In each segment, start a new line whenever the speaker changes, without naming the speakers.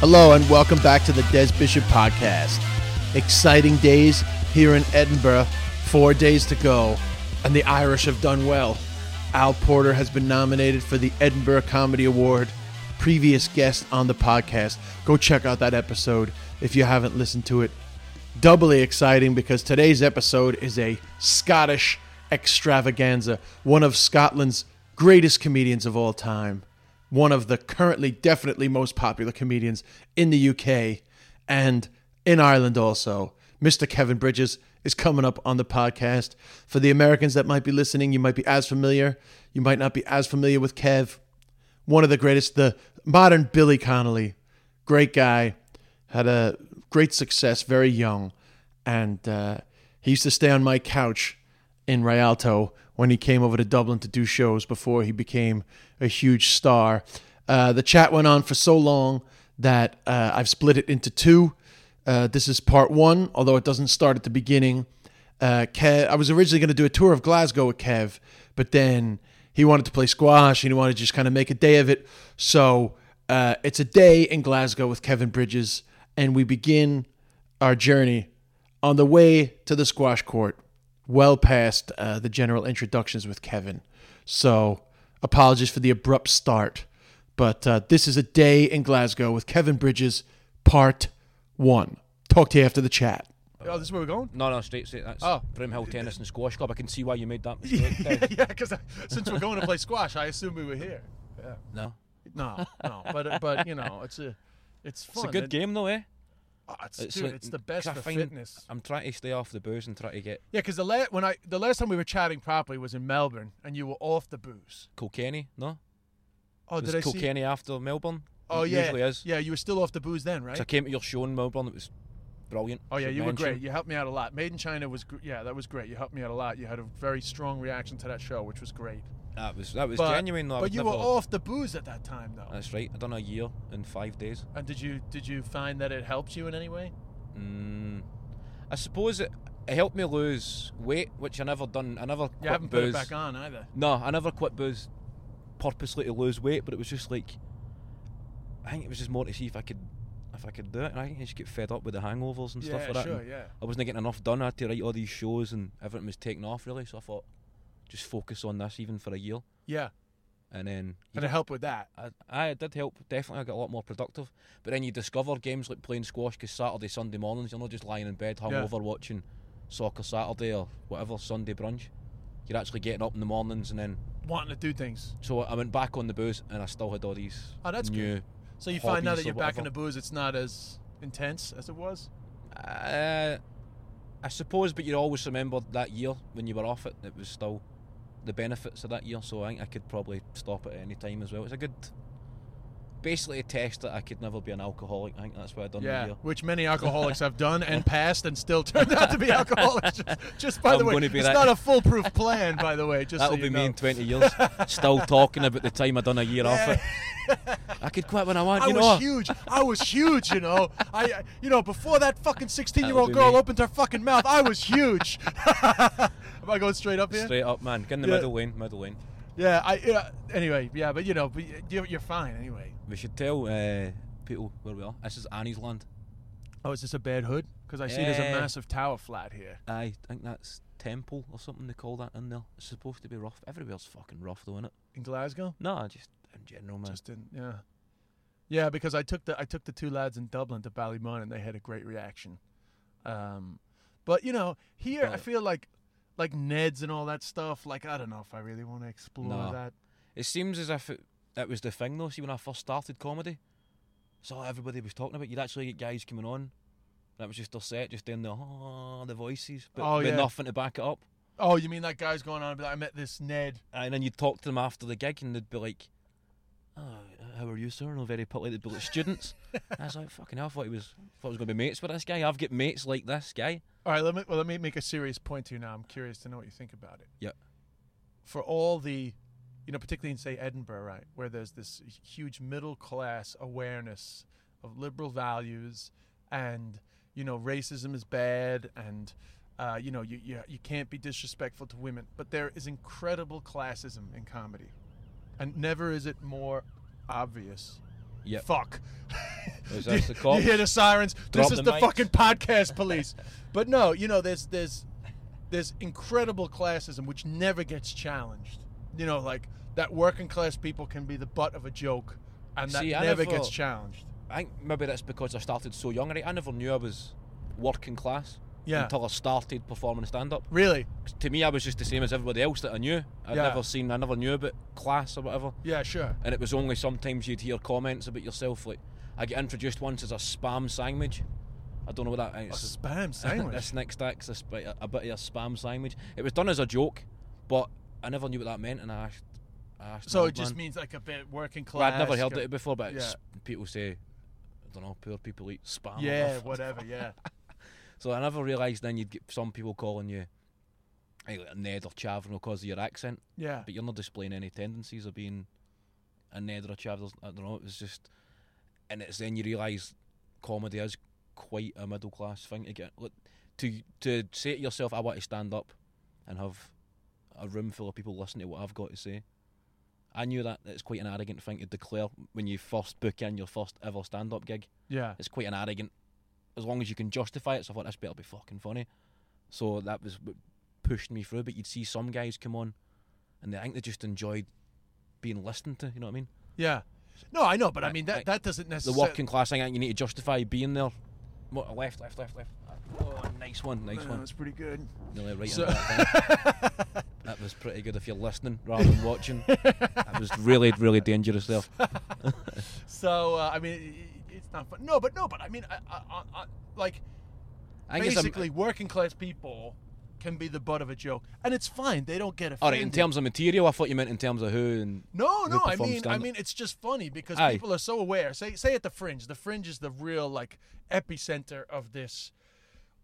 Hello and welcome back to the Des Bishop Podcast. Exciting days here in Edinburgh, four days to go, and the Irish have done well. Al Porter has been nominated for the Edinburgh Comedy Award, previous guest on the podcast. Go check out that episode if you haven't listened to it. Doubly exciting because today's episode is a Scottish extravaganza, one of Scotland's greatest comedians of all time one of the currently definitely most popular comedians in the UK and in Ireland also. Mr. Kevin Bridges is coming up on the podcast. For the Americans that might be listening, you might be as familiar, you might not be as familiar with Kev. One of the greatest, the modern Billy Connolly. Great guy, had a great success very young, and uh, he used to stay on my couch in Rialto when he came over to Dublin to do shows before he became a huge star. Uh, the chat went on for so long that uh, I've split it into two. Uh, this is part one, although it doesn't start at the beginning. Uh, Kev, I was originally going to do a tour of Glasgow with Kev, but then he wanted to play squash and he wanted to just kind of make a day of it. So uh, it's a day in Glasgow with Kevin Bridges, and we begin our journey on the way to the squash court, well past uh, the general introductions with Kevin. So, apologies for the abrupt start, but uh, this is a day in Glasgow with Kevin Bridges, part one. Talk to you after the chat. Oh, this is where we're going.
No, no, straight, straight. That's
Oh.
Broomhill Tennis and Squash Club. I can see why you made that mistake. Dave.
yeah, because since we're going to play squash, I assume we were here. Yeah.
No.
No, no, but but you know, it's a, it's oh,
It's a good game though, eh?
it's,
like- 'cause I find I'm trying to stay off the booze and try to get
Yeah, because the la- when I the last time we were chatting properly was in Melbourne, and you were off the booze.
Kilkenny. eh? No,
Oh,
There's
did I see?
Kilkenny after Melbourne?
Oh
It
yeah,
usually is.
yeah. You were still off the booze then, right?
So I came to your show in Melbourne. It was brilliant.
oh yeah,
should
you were
mention.
great. You helped me out a lot. Made in China was gr- yeah, that was great. You helped me out a lot. You had a very strong reaction to that show, which was great.
That was that was
but,
genuine. Though. I
but
would
you
never,
were off the booze at that time though.
That's right. I done a year in five days.
and did you did you find that it helped you in any way?
Mm. I suppose it, it helped me lose weight, which I never done. I never.
You
quit
haven't put
booze.
it back on either.
No, I never quit booze purposely to lose weight, but it was just like I think it was just more to see if I could if I could do it. And I think I just get fed up with the hangovers and
Yeah,
stuff like
sure,
that. and
yeah.
I wasn't getting enough done. I had to write all these shows and everything was taking off really. So I thought just focus on this even for a year,
Yeah,
and then you
and it helped with that.
I, I it did help definitely. I got a lot more productive. But then you discover games like playing squash because Saturday, Sunday mornings you're not just lying in bed hungover watching soccer Saturday or whatever Sunday brunch. You're actually getting up in the mornings and then
Wanting to do things.
so I went back on the booze and I still had all these
Oh, that's
new.
good. So you find now
hobbies
that you're
or
back in
whatever.
the booze, it's not as intense as it was.
Uh, I suppose, but you always remember that year when you were off it. It was still the benefits of that year, so I think I could probably stop at any time as well. It's a good, basically a test that I could never be an alcoholic. I think that's what I done
Yeah,
the year.
which many alcoholics have done and passed and still turned out to be alcoholics. Just, just by the
I'm
way,
gonna be
it's
that-
not a foolproof plan, by the way. Just
That'll
so you
be
know.
me in 20 years, still talking about the time I done a year off it. I could quit when I want,
I
you
was
know.
huge. I was huge. You know, I, I- you know, before that fucking sixteen-year-old
That'll be
girl
me.
opened her fucking mouth, I was huge. Am I going straight up here?
Straight up, man. Get in the
Yeah.
middle lane, middle lane.
Yeah. I. Yeah, anyway. Yeah. But you know, but you're, you're fine anyway.
We should tell uh, people where we are. This is Annie's land.
Oh, is this a bad hood? Because I see there's a
Eh.
massive tower flat here.
I think that's Temple or something they call that in there. It's supposed to be rough. Everywhere's fucking rough though, isn't it?
in Glasgow.
No, just in general, man.
Just in yeah, yeah. Because I took the I took the two lads in Dublin to Ballymun, and they had a great reaction. Um, but you know, here I
But-
feel like like Ned's and all that stuff. Like I don't know if I really want to explore
No.
that.
It seems as if it, that was the thing though. See, when I first started comedy, that's all everybody was talking about. You'd actually get guys coming on. That was just their set, just doing the, oh, the voices, but
Oh,
with
yeah.
nothing to back it up.
Oh, you mean that guy's going on? about, I met this Ned.
And then you'd talk to them after the gig, and they'd be like, "Oh, how are you, sir?" And they're very politely they'd be like, "Students." I was like, "Fucking hell!" I thought he was thought I was going to be mates with this guy. I've got mates like this guy.
All right, let me well, let me make a serious point to you now. I'm curious to know what you think about it.
Yeah.
For all the, you know, particularly in say Edinburgh, right, where there's this huge middle class awareness of liberal values, and you know, racism is bad, and uh, you know, you, you you can't be disrespectful to women, but there is incredible classism in comedy, and never is it more obvious.
Yeah.
Fuck.
Is
you,
that the cops?
you hear the sirens.
Drop
this is
the
the
mics.
fucking podcast police. but no, you know, there's there's there's incredible classism which never gets challenged. You know, like that working class people can be the butt of a joke, and that
See, I
never
never-
gets challenged.
I think maybe that's because I started so young. Right? I never knew I was working class
Yeah.
until I started performing stand up.
Really?
To me, I was just the same as everybody else that I knew. I'd
Yeah.
never seen, I never knew about class or whatever.
Yeah, sure.
And it was only sometimes you'd hear comments about yourself. Like, I get introduced once as a spam sandwich. I don't know what that
A
is.
spam sandwich.
this next act's a, sp- a bit of a spam sandwich. It was done as a joke, but I never knew what that meant, and I asked. I asked
so it
an old
just
man.
means like a bit working
Well,
class.
I'd never heard
go-
it before, but it's,
Yeah.
people say, I don't know, poor people eat spam. or
Yeah,
whatever.
whatever. Yeah.
So I never realised then you'd get some people calling you hey, like a Ned or Chavron because of your accent,
Yeah.
but you're not displaying any tendencies of being a Ned or a Chavron. I don't know, it was just. And it's then you realise comedy is quite a middle class thing to get. Look, to, to say to yourself, I want to stand up and have a room full of people listening to what I've got to say. I knew that it's quite an arrogant thing to declare when you first book in your first ever stand up gig
Yeah.
it's quite an arrogant. As long as you can justify it, so I thought this better be fucking funny. So that was what pushed me through. But you'd see some guys come on, and they, I think they just enjoyed being listened to. You know what I mean?
Yeah. No, I know, but I
Like-
mean that
like
that doesn't
The
necessarily.
working class thing. I think you need to justify being there. Mo- Left, left, left, left. Oh, nice one, nice
No,
one.
that's pretty good.
Nearly right.
So-
into that, thing. that was pretty good if you're listening rather than watching. that was really, really dangerous there.
So uh, I mean, it- it's not fun. No, but no, but I mean, I, I, I, I- like
I think it's a-
basically, working class people can be the butt of a joke, and it's fine. They don't get offended.
all right, in terms of material, I thought you meant in terms of who and
no,
who
no, I
performs
mean, I
stand-up.
mean, it's just funny because
Aye.
people are so aware. Say, say at the fringe. The fringe is the real like epicenter of this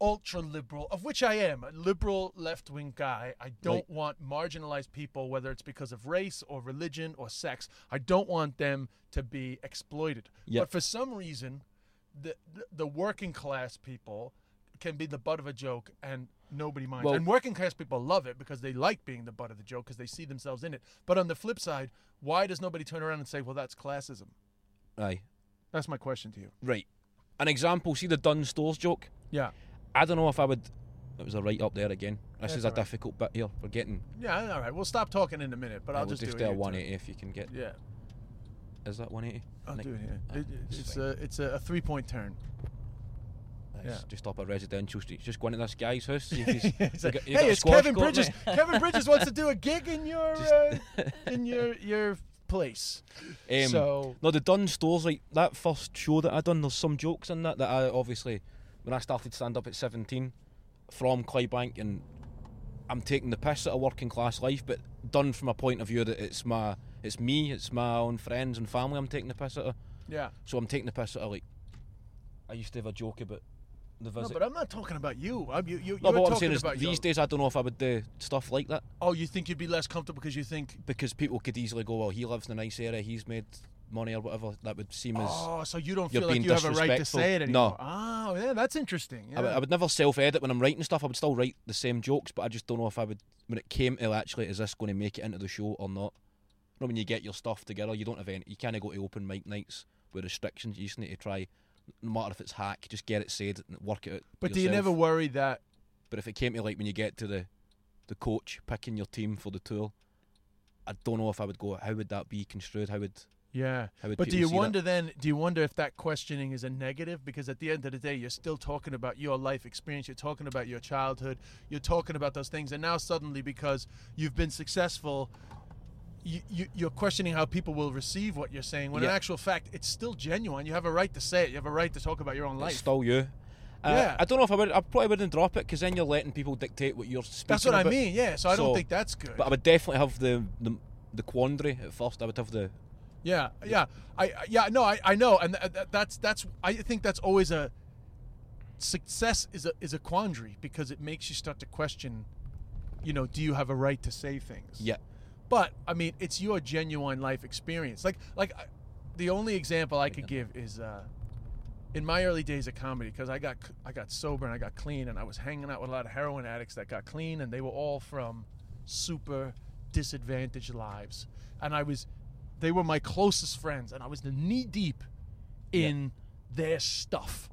ultra liberal, of which I am a liberal left wing guy. I don't
Right.
want marginalized people, whether it's because of race or religion or sex. I don't want them to be exploited.
Yeah.
But for some reason, the the- the working class people can be the butt of a joke and nobody minds.
Well-
and working class people love it because they like being the butt of the joke because they see themselves in it. But on the flip side, why does nobody turn around and say, "Well, that's classism"?
aye,
That's my question to you.
right. An example. See the Dun Stores joke.
Yeah.
I don't know if I would. It was a right up there again. This is a
all right.
difficult bit here. We're getting.
Yeah, all right. We'll stop talking in a minute, but
I
I'll
will
just,
just
do
do
it.
a
here, too.
180 if you can get.
Yeah.
Is that 180?
I'll
Nick?
do it here.
Ah,
It,
it's
it's
fine.
a it's a, a three point turn.
It's
yeah.
just up a residential street. Just going to this guy's house. See if he's,
It's
you
like,
got- you got
hey,
a
it's
squash
Kevin
court,
Bridges.
mate?"
Kevin Bridges wants to do a gig in your
Just-
uh, in your your place.
Um,
So-
no, the Dun stores like that first show that I done. There's some jokes in that that I obviously when I started stand up at 17 from Clybank and I'm taking the piss at a working class life, but done from a point of view that it's my it's me, it's my own friends and family. I'm taking the piss at. Her.
Yeah.
So I'm taking the piss out of like. I used to have a joke about the
No,
visit.
but I'm not talking about you. I'm, you, you
No,
you were
but what I'm
talking
saying is
about
these
your-
days I don't know if I would do stuff like that
Oh, you think you'd be less comfortable because you think.
because people could easily go, well, he lives in a nice area, he's made money or whatever. That would seem as.
Oh, so you don't
you're
feel like
being
you have a right to
disrespectful.
say it anymore.
No.
Oh, yeah, that's interesting.
I, would,
yeah.
I would never self-edit when I'm writing stuff. I would still write the same jokes, but I just don't know if I would. When it came to actually, is this going to make it into the show or not? You know, when you get your stuff together, you don't have any. You kind of go to open mic nights with restrictions. You just need to try, no matter if it's hack, just get it said and work it out.
but do you
yourself.
never worry that.
But if it came to like when you get to the the coach picking your team for the tour, I don't know if I would go. How would that be construed? How would
Yeah.
How would
But do
people
you
see that?
wonder then, do you wonder if that questioning is a negative? Because at the end of the day, you're still talking about your life experience. You're talking about your childhood. You're talking about those things. And now suddenly, because you've been successful, you, you, you're questioning how people will receive what you're saying. When in
Yeah.
actual fact, it's still genuine. You have a right to say it. You have a right to talk about your own
it's
life.
still you? Uh,
Yeah.
I don't know if I would. I probably wouldn't drop it because then you're letting people dictate what you're speaking.
That's what I
about.
mean. Yeah. So I don't
So-
think that's good.
But I would definitely have the, the the quandary at first. I would have the
Yeah, yeah, I I- yeah no, I, I know, and th- th- that's that's I think that's always a success is a is a quandary because it makes you start to question, you know, do you have a right to say things?
yeah.
but I mean, it's your genuine life experience. Like like I, the only example I could give is uh, in my early days of comedy because I got c- I got sober and I got clean and I was hanging out with a lot of heroin addicts that got clean and they were all from super disadvantaged lives and I was they were my closest friends and I was knee deep in their stuff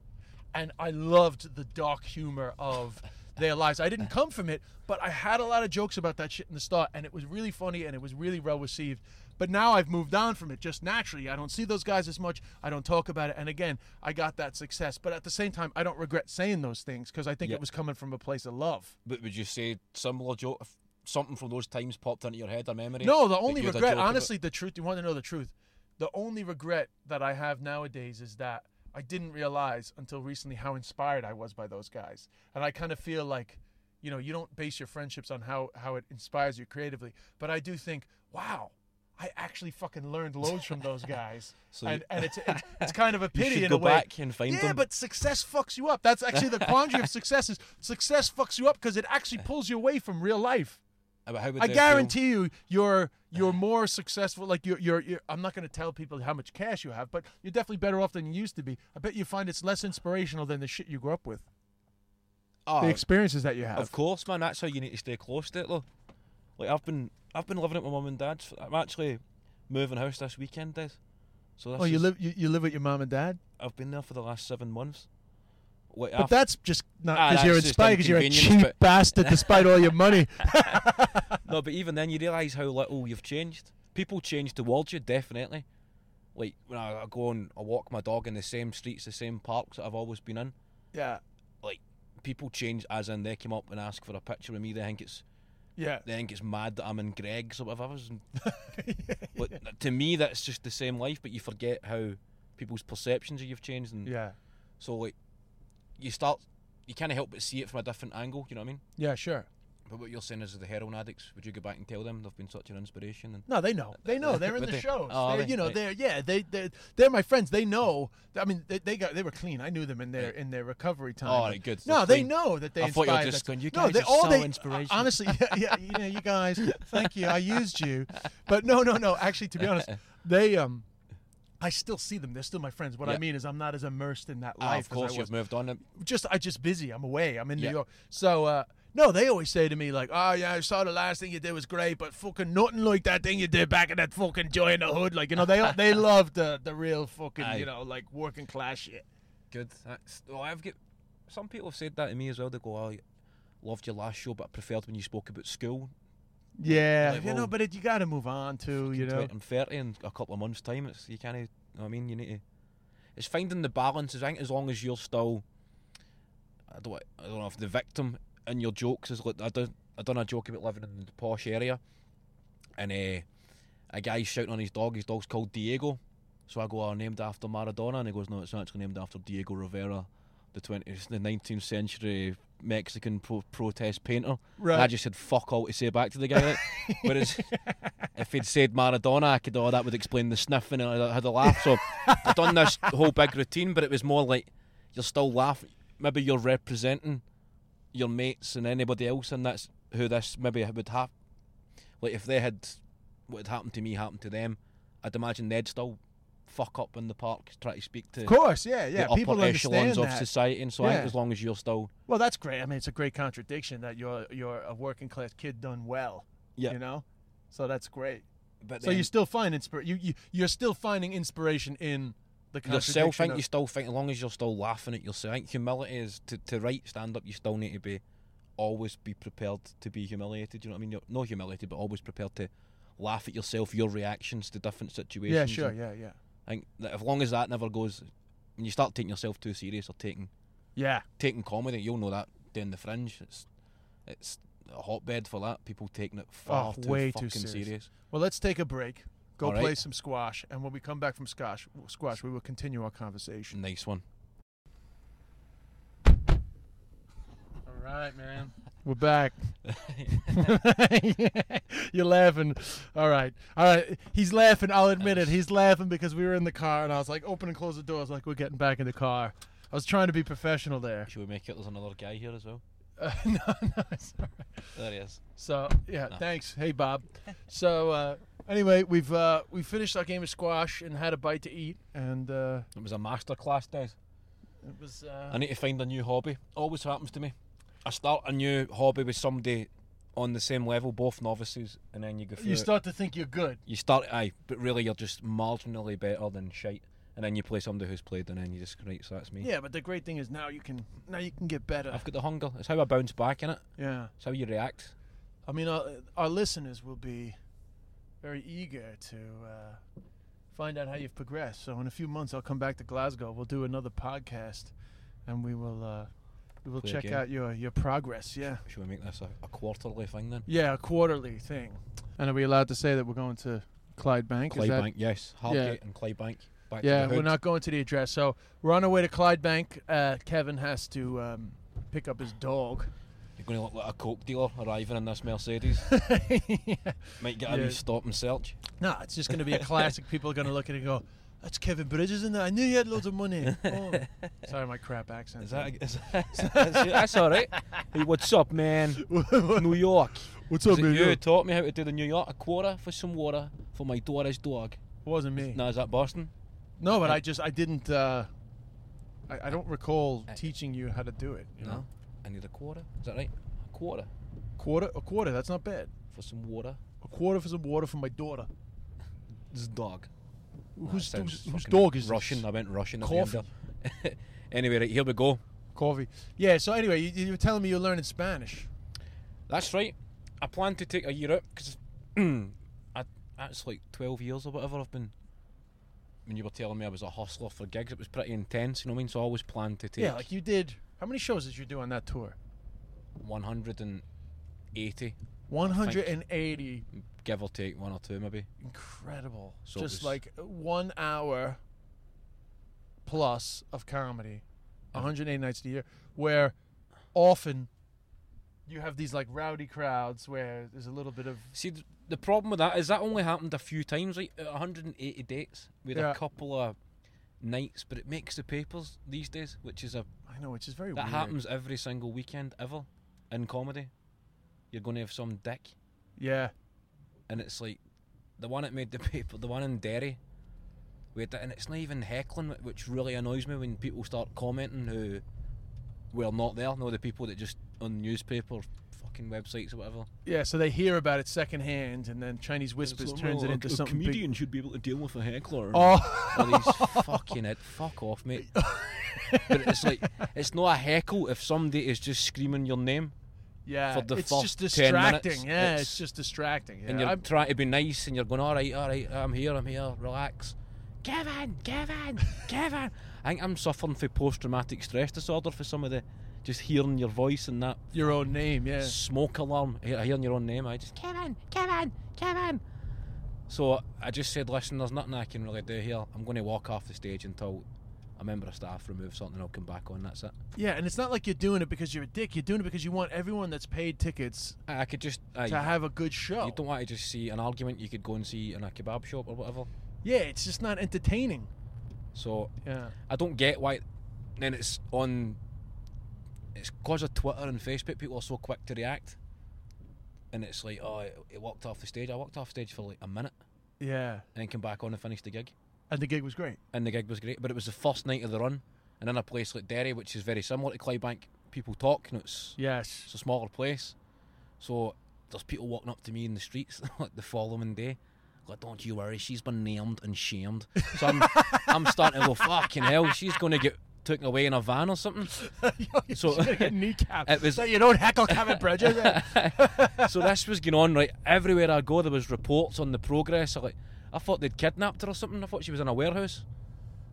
and I loved the dark humor of their lives. I didn't come from it, but I had a lot of jokes about that shit in the start and it was really funny and it was really well received. But now I've moved on from it just naturally. I don't see those guys as much. I don't talk about it. And again, I got that success. But at the same time, I don't regret saying those things because I think
Yeah.
it was coming from a place of love.
But would you say similar joke? If something from those times popped into your head or memory?
No, the
that
only
you'd have
regret,
joked about?
honestly, the truth, you want to know the truth. The only regret that I have nowadays is that I didn't realize until recently how inspired I was by those guys. And I kind of feel like, you know, you don't base your friendships on how, how it inspires you creatively. But I do think, wow, I actually fucking learned loads from those guys.
So
and,
you-
and it's, it's, it's kind of a pity
should
in
go
a way.
back and find
yeah,
them.
but success fucks you up. That's actually the quandary of success is success fucks you up because it actually pulls you away from real life.
About how would
I
they feel?
guarantee you, you're you're more successful. Like you're, you're, you're I'm not going to tell people how much cash you have, but you're definitely better off than you used to be. I bet you find it's less inspirational than the shit you grew up with, the
Oh,
experiences that you have.
Of course, man. That's how you need to stay close to it, though. Like I've been, I've been living at my mum and dad's. I'm actually moving house this weekend, Dad. So that's
Oh, you
just-
live you, you live with your mom and dad,
I've been there for the last seven months. Like,
but
after-
that's just not
Ah,
because you're
that's just
inspired because you're a
inconvenience,
cheap
but-
bastard despite all your money.
no, but even then, you realise how little you've changed. People change towards you, definitely. Like when I, I go and I walk my dog in the same streets, the same parks that I've always been in.
yeah,
Like people change, as in they come up and ask for a picture of me. They think it's
yeah,
they think it's mad that I'm in Greg's or whatever. I was in- but to me, that's just the same life. But you forget how people's perceptions of you've changed, and
yeah,
so like you start, you can't help but see it from a different angle. You know what I mean?
yeah. Sure.
But what you're saying is the heroin addicts. Would you go back and tell them they've been such an inspiration? And
No, they know. They know. They're in
But
the
they-
shows.
oh, are
They-
they?
you know,
Right.
they're yeah. They they they're my friends. They know. I mean, they, they got they were clean. I knew them in their in their recovery time.
All right, Oh, good.
No,
They're
they
clean.
know that they.
I thought you were
inspired
just
that-
going, "You
no,
guys
they,
are
all
so
they,
inspirational."
Honestly, yeah, yeah, you know, you guys. Thank you. I used you, but no, no, no. Actually, to be honest, they um. I still see them. They're still my friends. What I
Yeah.
mean is, I'm not as immersed in that
Ah,
life. as
of
I
course,
was
you've moved on. and-
just I just busy. I'm away. I'm in
Yeah.
New York. So uh no, they always say to me like, "Oh yeah, I saw the last thing you did was great, but fucking nothing like that thing you did back in that fucking joy in the hood." Like you know, they they love the the real fucking
Aye.
you know like working class shit.
Good. That's, well, I've get some people have said that to me as well. They go, "Oh, I loved your last show, but I preferred when you spoke about school."
Yeah,
Like,
you know,
well,
but it, you got to move on to you know.
I'm 30 in a couple of months' time. It's you can't. You know what I mean, you need to. It's finding the balance. I think as long as you're still, I don't. I don't know if the victim in your jokes is like I done. I done a joke about living in the posh area, and uh, a guy's shouting on his dog. His dog's called Diego, so I go, "Oh, named after Maradona," and he goes, "No, it's actually named after Diego Rivera, the 20th, the 19th century Mexican pro- protest painter." And I
Right.
just said fuck all to say back to the guy. Like, whereas if he'd said Maradona, I could, oh, that would explain the sniffing, and I had a laugh. So I've done this whole big routine, but it was more like you're still laughing. Maybe you're representing your mates and anybody else, and that's who this maybe would have. Like if they had what had happened to me happened to them, I'd imagine they'd still fuck up in the park, try to speak to
Of course, yeah,
the
yeah.
upper
People understand
echelons
that.
of society. And so I
Yeah.
think as long as you're still
Well, that's great. I mean, it's a great contradiction that you're you're a working class kid done well.
Yeah.
you know, so that's great.
but
So you
then-
still find inspiration. You, you you're still finding inspiration in the contradiction.
yourself. I think
of-
you still think, as long as you're still laughing at yourself, I think humility is to, to write stand up. You still need to be always be prepared to be humiliated. You know what I mean? You're, no humility, but always prepared to laugh at yourself, your reactions to different situations.
yeah, sure,
And
yeah, yeah,
I think that as long as that never goes, when you start taking yourself too serious or taking
yeah.
taking comedy, you'll know that down the fringe, it's it's a hotbed for that. People taking it far
Oh,
too
way too
fucking
serious.
serious.
Well, let's take a break. Go
All right.
play some squash, and when we come Mm. back from squash, squash, we will continue our conversation.
Nice one.
All right, man. We're back. You're laughing. All right. All right. He's laughing. I'll admit it. He's laughing because we were in the car and I was like, open and close the doors like we're getting back in the car. I was trying to be professional there.
Should we make it? There's another guy here as well.
Uh, no, no, it's all right.
There he is.
So yeah, thanks. Hey Bob. So uh, anyway, we've uh, we finished our game of squash and had a bite to eat, and uh,
It was a masterclass, Des.
it was uh,
I need to find a new hobby. Always happens to me. I start a new hobby with somebody on the same level, both novices, and then you go through.
you
it.
start to think you're good.
You start, aye, but really you're just marginally better than shite, and then you play somebody who's played, and then you just right, so that's me.
Yeah, but the great thing is now you can now you can get better.
I've got the hunger. It's how I bounce back in it.
Yeah.
It's how you react.
I mean, our, our listeners will be very eager to uh, find out how you've progressed. So in a few months, I'll come back to Glasgow. We'll do another podcast, and we will uh, we will
Play a
check
game.
out your your progress. Yeah,
Should we make this a, a quarterly thing then?
yeah, a quarterly thing. And are we allowed to say that we're going to Clyde Bank? Is that-
Clydebank, yes. Hargate and Clydebank. Back to
Yeah,
the hood.
we're not going to the address. So we're on our way to Clyde Bank. Uh, Kevin has to um, pick up his dog.
You're going to look like a coke dealer arriving in this Mercedes. Might get a
Yeah.
wee stop and search.
No, it's just going to be a classic. People are going to look at it and go, "That's Kevin Bridges in there. I knew he had loads of money." Oh. Sorry, my crap accent.
Is that? a- Is, that's, that's all right. Hey, what's up, man? New York.
What's
Is it you who taught me how to do the New York? A quarter for some water for my daughter's dog.
wasn't me.
Now is that Boston?
No, but I just I didn't. Uh, I, I don't recall teaching you how to do it. You know,
I need a quarter. Is that right? A quarter
quarter a quarter. That's not bad.
for some water.
A quarter for some water for my daughter.
This dog.
whose whose,
Sounds
whose
fucking
dog is
Russian?
This?
uh, I went Russian. at the
Coffee.
end there. anyway, right, here we go.
Coffee. Yeah. So anyway, you, you were telling me you're learning Spanish.
That's right. I plan to take a year out because I that's like twelve years or whatever. I've been. When you were telling me I was a hustler for gigs, it was pretty intense. You know what I mean? So I always planned to take
Yeah, like you did. How many shows did you do on that tour?
180,
180.
give or take one or two maybe.
Incredible.
So it
Just
was-
like one hour plus of comedy, 180 nights a year, where often you have these like rowdy crowds where there's a little bit of.
See, th- the problem with that is that only happened a few times, like at 180 dates with
Yeah.
a couple of nights, but it makes the papers these days, which is a
I know, which is very
that
weird.
happens every single weekend ever in comedy. You're going to have some dick,
Yeah.
and it's like the one that made the paper, the one in Derry. We had that, and it's not even heckling, wh- which really annoys me when people start commenting who were not there. No, the people that just on newspaper, fucking websites or whatever.
Yeah, so they hear about it secondhand, and then Chinese Whispers turns it into something. big-
should be able to deal with a heckler.
Oh,
All these fucking it. Fuck off, mate. but it's like it's not a heckle if somebody is just screaming your name
yeah.
For the
it's
first
just
10 minutes,
distracting. yeah, it's,
it's-
just distracting. Yeah,
and you're
I'm-
trying to be nice and you're going, all right, all right, I'm here, I'm here, relax. Kevin, Kevin, Kevin. I think I'm suffering from post traumatic stress disorder for some of the just hearing your voice and that
your own name. Yeah.
smoke alarm, he- hearing your own name. I just Kevin, Kevin, Kevin. So I just said, listen, there's nothing I can really do here. I'm going to walk off the stage until a member of staff removes something. I'll come back on. That's it.
Yeah, and it's not like you're doing it because you're a dick. You're doing it because you want everyone that's paid tickets
I, I could just. I,
to have a good show.
you don't want to just see an argument you could go and see in a kebab shop or whatever.
yeah, it's just not entertaining.
So
Yeah.
I don't get why. Then it's on. It's because of Twitter and Facebook, people are so quick to react. And it's like, oh, it, it walked off the stage. I walked off stage for like a minute
Yeah.
and then came back on and finished the gig.
And the gig was great.
and the gig was great. But it was the first night of the run, and in a place like Derry, which is very similar to Clydebank, people talk. You know, it's,
Yes.
it's a smaller place, so there's people walking up to me in the streets like the following day. Like, don't you worry, she's been named and shamed. So I'm, I'm starting to go, fucking hell, she's going to get taken away in a van or something. So-
kneecap.
It was-
so you don't heckle Kevin Bridges.
so this was going on right everywhere I go. There was reports on the progress. I like, I thought they'd kidnapped her or something. I thought she was in a warehouse.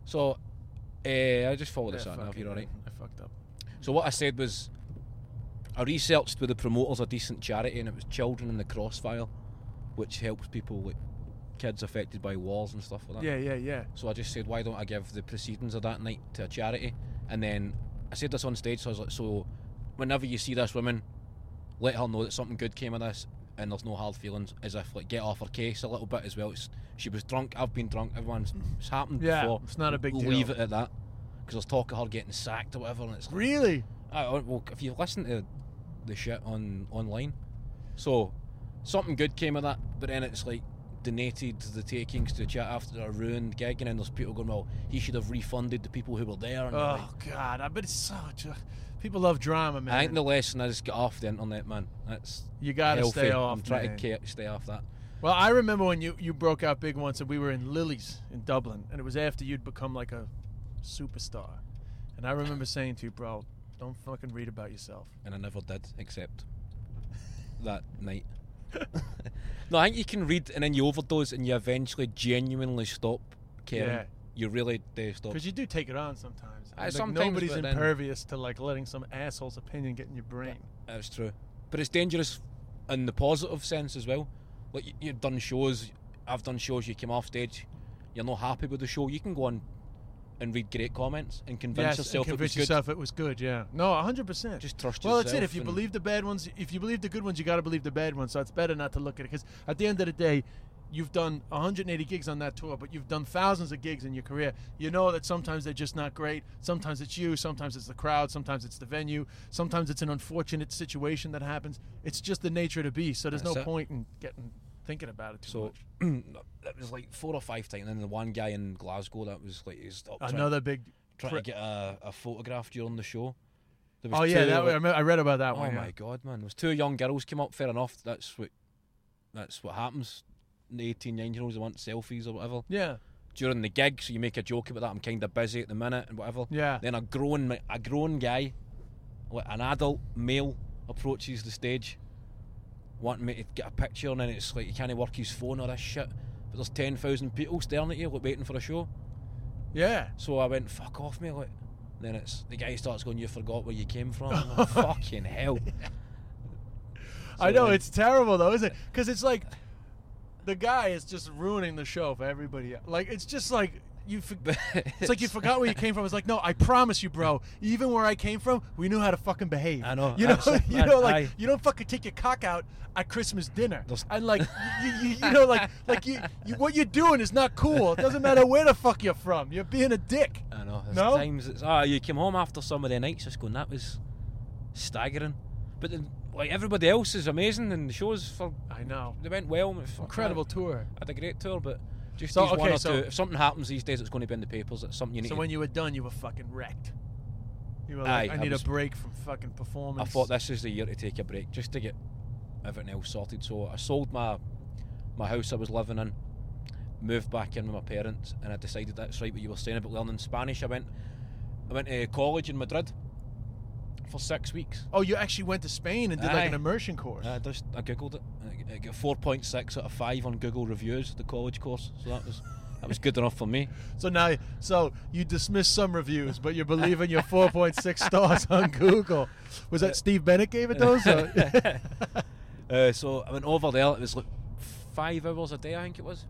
So, eh, I just followed this up. Now, if you're all right.
I fucked up.
So what I said was, I researched with the promoters a decent charity, and it was Children in the Crossfire, which helps people like kids affected by wars and stuff like that.
Yeah, yeah, yeah.
So I just said, why don't I give the proceedings of that night to a charity? And then I said this on stage, so I was like, so whenever you see this woman, let her know that something good came of this, and there's no hard feelings. As if like get off her case a little bit as well. It's, she was drunk. I've been drunk. Everyone's it's happened
Yeah,
before.
it's not a big
we'll
deal.
Leave it at that. Because there's talk of her getting sacked or whatever, and it's like,
Really?
I, I- well, if you listen to the shit on online, so something good came of that, but then it's like donated to the takings to the chat after a ruined gig, and then there's people going, well, he should have refunded the people who were there. And you're like,
Oh God! I bet it's such. A, people love drama, man.
I think the lesson is get off the internet, man. That's
You gotta
healthy.
stay off,
I'm trying
man.
to ca- stay off that.
Well, I remember when you, you broke out big once, and we were in Lily's in Dublin, and it was after you'd become like a superstar. And I remember saying to you, bro, don't fucking read about yourself.
and I never did, except that night. no, I think you can read and then you overdose and you eventually genuinely stop caring.
Yeah.
You really do stop.
Because you do take it on sometimes.
Uh,
Like,
sometimes,
nobody's
but then-
impervious to like letting some asshole's opinion get in your brain.
That's true. But it's dangerous in the positive sense as well. Like you, you've done shows, I've done shows, you came off stage, you're not happy with the show, you can go on and read great comments and
Yes,
convince
and
yourself it was
convince
good.
yourself it was good. Yeah. No, hundred percent.
Just trust
Well, that's it.
yourself
If you
and-
believe the bad ones, if you believe the good ones, you got to believe the bad ones. So it's better not to look at it because at the end of the day, you've done 180 gigs on that tour, but you've done thousands of gigs in your career. You know that sometimes they're just not great. Sometimes it's you. Sometimes it's the crowd. Sometimes it's the venue. Sometimes it's an unfortunate situation that happens. It's just the nature of the beast. So there's
That's
no
it.
point in getting thinking about it too
So
much.
it was like four or five times, and then the one guy in Glasgow that was like he's up trying-
Another big.
trying, to get a, a photograph during the show. There was
Oh yeah,
two-
that, I, remember, I read about that
oh
one. yeah.
my god, man! There was two young girls came up. Fair enough. That's what that's what happens. The 18, 19 year olds they want selfies or whatever
Yeah.
during the gig. So you make a joke about that. I'm kind of busy at the minute and whatever.
Yeah.
Then a grown ma- a grown guy, like an adult male, approaches the stage, wanting me to get a picture, and then it's like he can't work his phone or this shit. But there's ten thousand people staring at you, like waiting for a show.
Yeah.
So I went, fuck off, mate. Like, then it's the guy starts going, you forgot where you came from. I'm like, Fucking hell.
I
So,
know
like-
it's terrible though, isn't it? Because it's like the guy is just ruining the show for everybody. else. Like it's just like you. For- it's like you forgot where you came from. It's like no, I promise you, bro. Even where I came from, we knew how to fucking behave.
I know,
You know.
that's-
you know,
I-
like
I-
you don't fucking take your cock out at Christmas dinner.
Those-
And like you, you, you know, like like you, you, what you're doing is not cool. It doesn't matter where the fuck you're from. You're being a dick.
I know. There's
No?
times it's ah, you came home after some of the nights just going, that was staggering. But then, like everybody else is amazing and the shows for
I know.
they went well. and fuck, I-
Incredible tour.
I had a great tour, but just
So,
these one
okay,
or
so-
two. If something happens these days, it's going to be in the papers. It's something you need.
So
to,
when you were done, you were fucking wrecked. You were like,
Aye,
I
I
need
was-
a break from fucking performance.
I thought this is the year to take a break, just to get everything else sorted. So I sold my my house I was living in, moved back in with my parents, and I decided that's right what you were saying about learning Spanish. I went I went to college in Madrid for six weeks.
Oh, you actually went to Spain and did like an
Aye.
immersion course.
I just I googled it. and I got four point six out of five on Google reviews. The college course, so that was that was good enough for me.
so now, so you dismiss some reviews, but you believe in your 4.6 stars on Google. Was that Steve Bennett gave it those? or-
Uh, so I went over there. It was like five hours a day, I think it was,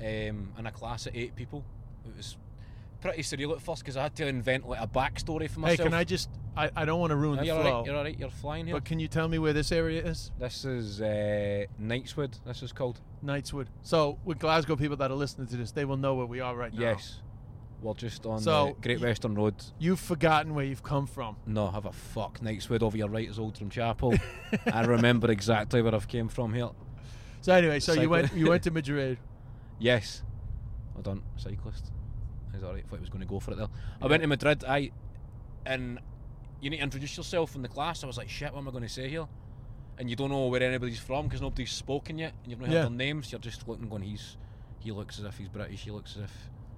um, and a class of eight people. It was pretty surreal at first because I had to invent like a backstory for
hey,
myself.
can I just? I, I don't want to ruin
No,
the
you're
flow,
alright. You're alright. You're flying here.
but can you tell me where this area is?
This is uh, Knightswood. This is called.
Knightswood. So, with Glasgow people that are listening to this, they will know where we are right now.
Yes, we're just on
So,
uh, Great
y-
Western Road.
You've forgotten where you've come from.
No, have a fuck. Knightswood over your right is Oldham Chapel. I remember exactly where I've came from here.
So anyway, so you went
Cycling.
you went to Madrid.
Yes. Well done, cyclist. Is alright. Thought he was going to go for it there. I went to Madrid. I and you need to introduce yourself in the class. I was like, shit, what am I going to say here? And you don't know where anybody's from because nobody's spoken yet, and you've not heard
Yeah.
their names. You're just looking, going, he's he looks as if he's British. He looks as if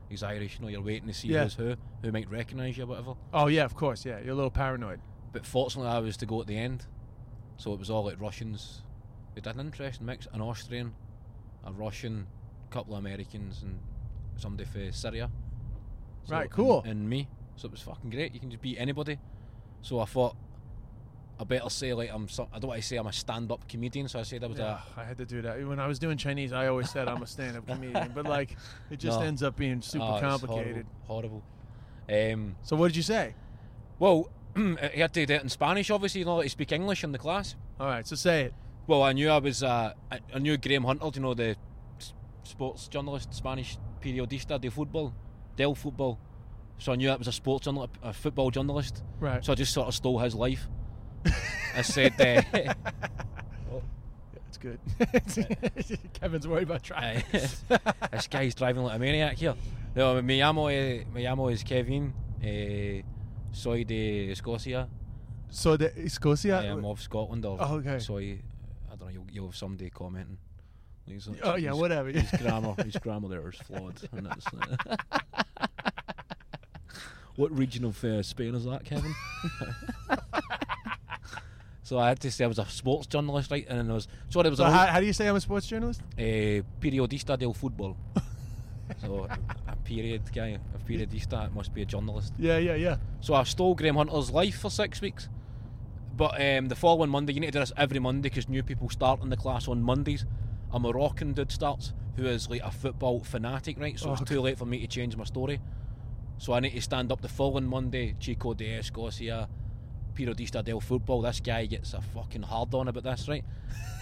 he's Irish. You know, you're waiting to see
Yeah.
who's who, who might recognise you, or whatever.
Oh yeah, of course, yeah. You're a little paranoid.
But fortunately, I was to go at the end, so it was all like Russians. We did an interesting mix: an Austrian, a Russian, a couple of Americans, and somebody from Syria.
Right, cool.
And, and me, so it was fucking great. You can just beat anybody. So I thought, I better say like I'm. Some, I don't want to say I'm a stand-up comedian, so I said I was ah,
Yeah, I had to do that. When I was doing Chinese, I always said I'm a stand-up comedian, but like it just
No.
ends up being
a
super
oh, it's
complicated.
Horrible. horrible. Um,
So what did you say?
Well, he had to do it in Spanish, obviously, you know, to speak English in the class.
All right, so say it.
Well, I knew I was. Uh, I, I knew Graham Hunter, you know, the s- sports journalist, Spanish periodista de football, del football. So I knew that was a sports journalist, a football journalist.
Right.
So I just sort of stole his life. I said, uh, Oh.
Yeah, it's good. Kevin's worried about traffic.
"This guy's driving like a maniac here." No, me llamo, eh, me llamo is Kevin. Eh, soy de Escocia.
So the Escocia.
I am of Scotland. Or
Uh, Oh, okay.
Soy. I don't know. You'll, you'll have somebody commenting. He's-
oh yeah,
he's-
whatever.
his grammar his grammar there is flawed and that's, uh, what region of uh, Spain is that Kevin so I had to say I was a sports journalist right and then I was sorry there was
So
a
how,
whole,
how do you say I'm a sports journalist?
eh, periodista del fútbol so a period guy a periodista it must be a journalist
Yeah, yeah, yeah.
so I stole Graham Hunter's life for six weeks. But um, the following Monday, you need to do this every Monday because new people start in the class on Mondays. A Moroccan dude starts who is like a football fanatic, right? So it's too late for me to change my story. So I need to stand up the following Monday. Chico de Escocia, Periodista del Football. This guy gets a fucking hard on about this, right?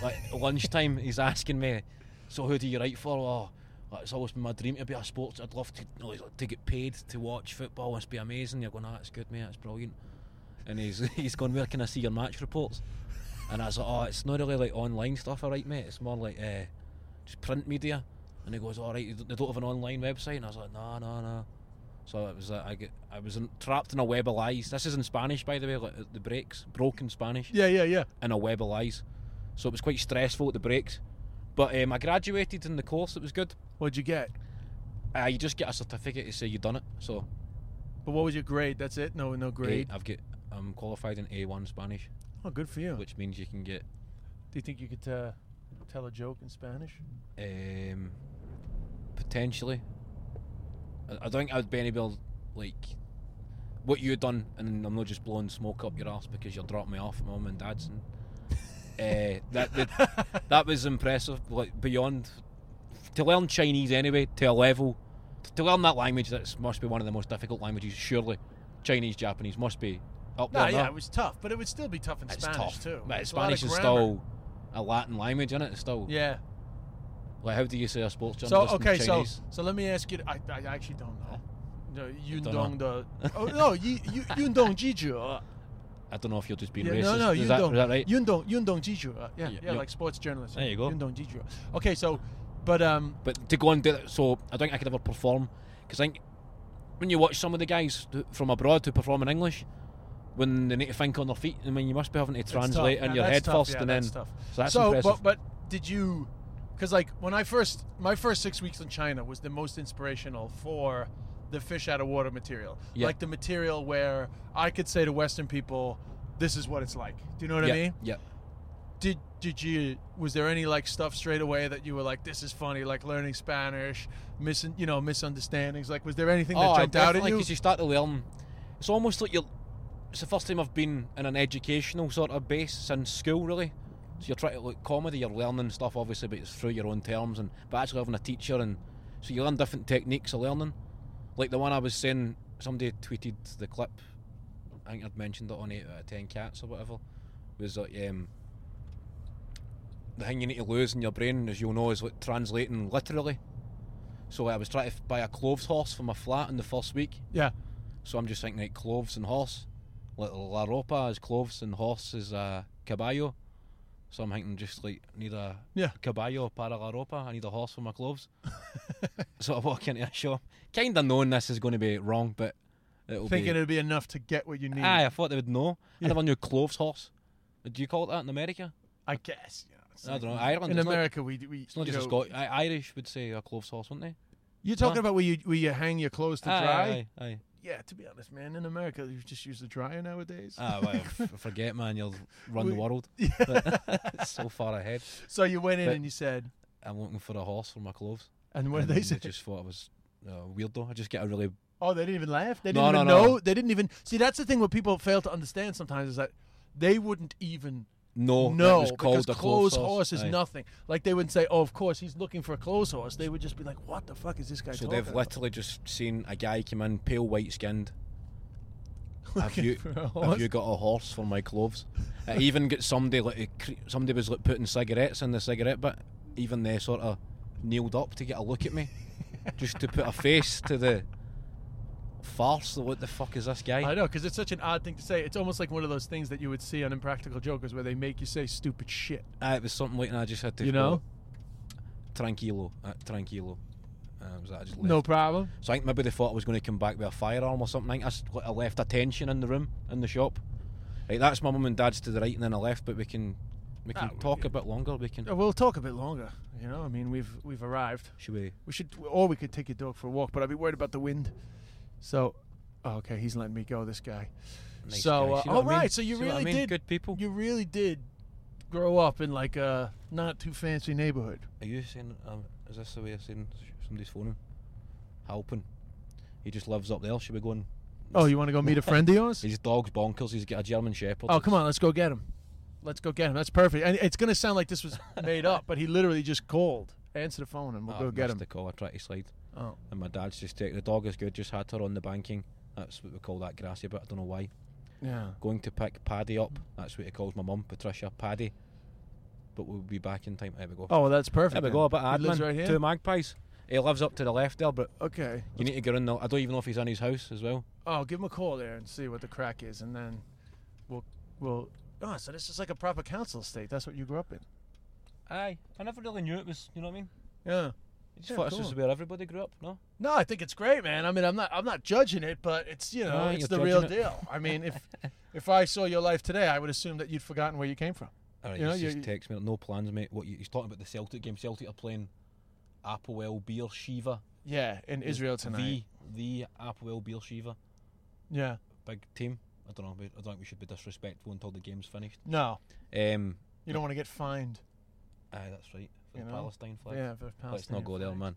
Like lunchtime, he's asking me, "So who do you write for?" Oh, like, it's always been my dream to be a sports. I'd love to you know, like, to get paid to watch football. Must be amazing. You're going, "Ah, it's good, mate. That's brilliant." And he's he's going, "Where can I see your match reports?" And I was like, "Oh, it's not really like online stuff, all right, mate. It's more like uh, just print media." And he goes, "All right, you d- they don't have an online website." And I was like, "No, no, no." So it was uh, I get I was in, trapped in a web of lies. This is in Spanish, by the way. Like uh, the breaks, broken Spanish
Yeah, yeah, yeah.
in a web of lies. So it was quite stressful at the breaks. But um, I graduated in the course, it was good.
What'd you get?
Uh, you just get a certificate to say you've done it. So
But what was your grade? That's it. No, no grade.
A, I've got I'm qualified in A1 Spanish,
Oh, good for you. Do
which means you can get
you think you could uh, tell a joke in Spanish?
um, potentially. I, I don't think I would be able like what you had done, and I'm not just blowing smoke up your ass because you're dropping me off at mum and dad's. And uh, that, that that was impressive, like beyond to learn Chinese anyway to a level to learn that language. That must be one of the most difficult languages, surely. Chinese, Japanese must be up
No,
there.
yeah,
now.
it was tough, but it would still be tough in
It's
Spanish
tough.
too.
But
It's a lot of
Spanish is
grammar.
still a Latin language, isn't it? It's still
Yeah.
like how do you say a sports
So
journalist
okay,
in
so
Chinese?
so let me ask you. I, I actually don't know. No, Yundong
Don't
the. Oh no, Yi- Yu- Yundong Jiju. uh,
I don't know if you're just being
Yeah,
racist.
no, no,
is,
Yundong.
that, is that right?
Yundong Yundong Jiju. uh, Yeah,
Yeah,
yeah,
yeah.
like sports journalist.
There you go.
Yundong Jiju. Okay, so, but um,
But to go and do that, so I don't think I could ever perform because I think when you watch some of the guys th- from abroad who perform in English, when they need to think on their feet, I mean, you must be having to
It's tough.
translate in
Yeah,
your
that's
head
tough.
first,
Yeah,
and then
that's tough.
so that's
so.
impressive.
But but did you? Because like when I first my first six weeks in China was the most inspirational for the fish out of water material,
Yeah.
like the material where I could say to Western people, "This is what it's like." Do you know what
yeah,
I mean?
yeah.
Did did you? Was there any like stuff straight away that you were like, "This is funny," like learning Spanish, missing you know misunderstandings? Like, was there anything that
Oh, I
jumped out at
definitely,
you?
'cause you start to learn. It's almost like you're. It's the first time I've been in an educational sort of base since school, really. So you're trying to look comedy, you're learning stuff, obviously, but it's through your own terms, and but actually having a teacher, and so you learn different techniques of learning. Like the one I was saying, somebody tweeted the clip. I think I'd mentioned it on eight out of ten cats or whatever. Was like um, the thing you need to lose in your brain, as you'll know, is like translating literally. So I was trying to f- buy a cloves horse for my flat in the first week.
yeah.
So I'm just thinking like cloves and horse. Like La Ropa is cloves and horse is uh, caballo. So I'm thinking just like need a
Yeah.
caballo para La Ropa. I need a horse for my cloves. so I walk into a shop, kind of knowing this is going to be wrong, but it'll
Thinking
be.
it'd be enough to get what you need.
Aye, I thought they would know. I never knew cloves horse. Do you call it that in America?
I guess. You know, it's
I
like-
don't know. Ireland
In
it's not-
America, we we
It's not
you
just a
know,
Scot. I- Irish would say a cloves horse, wouldn't they?
You're talking
Huh? Ah,
about where you where you hang your clothes to dry.
Aye, aye, aye.
Yeah, to be honest, man, in America you just use the dryer nowadays.
Ah, well, f- forget, man. You'll run the
We-
world. It's so far ahead.
so you went in
but-
and you said,
I'm looking for a horse for my clothes.
and what did
And
they say?
just thought I was uh, weirdo. I just get a really.
oh, they didn't even laugh. They didn't
No,
even
no, no.
know. They didn't even see. That's the thing what people fail to understand sometimes is that they wouldn't even
No,
know
it Oh, was called
because
a clothes,
horse, is
Aye.
nothing. Like they wouldn't say, "Oh, of course he's looking for a clothes horse." They would just be like, "What the fuck is this guy
So
talking?"
they've
about?"
literally just seen a guy come in, pale white skinned, Have you
for a
have
horse.
you got a horse for my clothes? I even got somebody like to cre- somebody was like putting cigarettes in the cigarette butt. Even they sort of kneeled up to get a look at me, just to put a face to the farce. What the fuck is this guy?
I know, because it's such an odd thing to say. It's almost like one of those things that you would see on Impractical Jokers where they make you say stupid shit.
Uh, it was something like, and I just had to.
You
go,
know?
tranquilo, uh, tranquilo. Uh, was that I just
No
left.
problem.
So I think maybe they thought I was going to come back with a firearm or something. I, think I s- I left a tension in the room in the shop. Right, that's my mum and dad's to the right, and then I left. But we can we
Ah,
can talk a bit longer. We can.
Uh, We'll talk a bit longer. You know, I mean, we've we've arrived.
Should we?
We should, or we could take your dog for a walk. But I'd be worried about the wind. So, oh, okay, he's letting me go. This guy.
Nice
so,
guy.
uh,
See what
all
I mean?
right. So you
See what I
really
mean?
did.
Good people.
You really did grow up in like a not too fancy neighborhood.
Are you saying? Um, is this the way of saying s- somebody's phoning? Helping. He just lives up there. Should we go and?
Oh, you want to go meet a friend of yours?
His dog's bonkers. He's got a German Shepherd.
Oh, come on, let's go get him. Let's go get him. That's perfect. And it's gonna sound like this was made up, but he literally just called. Answer the phone, and we'll
Ah,
go
I've
get
missed
him.
The call. I tried to slide.
Oh,
And my dad's just taken the dog is good, just had her on the banking. That's what we call that grassy bit, I don't know why.
yeah.
Going to pick Paddy up, that's what he calls my mum, Patricia Paddy. But we'll be back in time. There we go.
Oh, well, that's perfect.
there we
then.
go, a bit of
He lives
admin.
right here.
Two magpies. He lives up to the left there, but
okay.
you need to get in the I don't even know if he's in his house as well.
Oh, give him a call there and see what the crack is, and then we'll we'll. Oh, so this is like a proper council estate. That's what you grew up in.
Aye. I never really knew it was you know what I mean?
Yeah.
I just
Yeah,
thought this
cool.
was where everybody grew up, no?
No, I think it's great, man. I mean, I'm not I'm not judging it, but it's you know
No,
it's
you're
the real
judging it.
deal. I mean, if if I saw your life today, I would assume that you'd forgotten where you came from.
Alright,
You know,
he's
you-
Oh, just text me no plans, mate. What you, he's talking about the Celtic game. Celtic are playing Applewell Beer Shiva.
Yeah, in Israel tonight.
The the Applewell Beer Shiva.
Yeah.
big team. I don't know. but I don't think we should be disrespectful until the game's finished.
No,
Um,
you don't want to get fined.
aye, that's right. For
You
the
know?
Palestine flag.
Yeah, for
Let's not
Palestinian
go there,
flag.
man.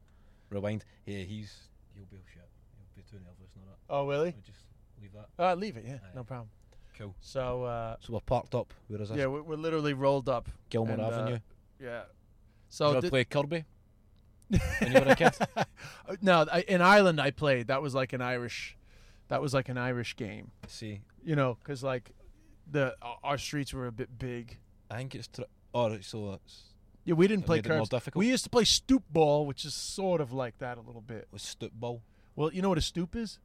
Rewind. Yeah, he's he'll be shit. He'll be too nervous. Not that.
Oh, really?
We'll just leave that.
Uh, leave it. Yeah,
Aye.
no problem.
Cool.
So, uh,
So we're parked up. Where is this?
yeah, we're, we're literally rolled up.
Gilmore
and, uh,
Avenue.
yeah.
Oh,
So did-
play Kirby? when you were a kid.
Uh, no, I, in Ireland I played. That was like an Irish, that was like an Irish game.
See,
You know, because like the o- our streets were a bit big.
I think it's. Tr- or it's- so it's
Yeah, we didn't
It
play
made it more
curves.
difficult.
We used to play stoop ball, which is sort of like that a little bit.
was stoop ball.
Well, you know what a stoop is?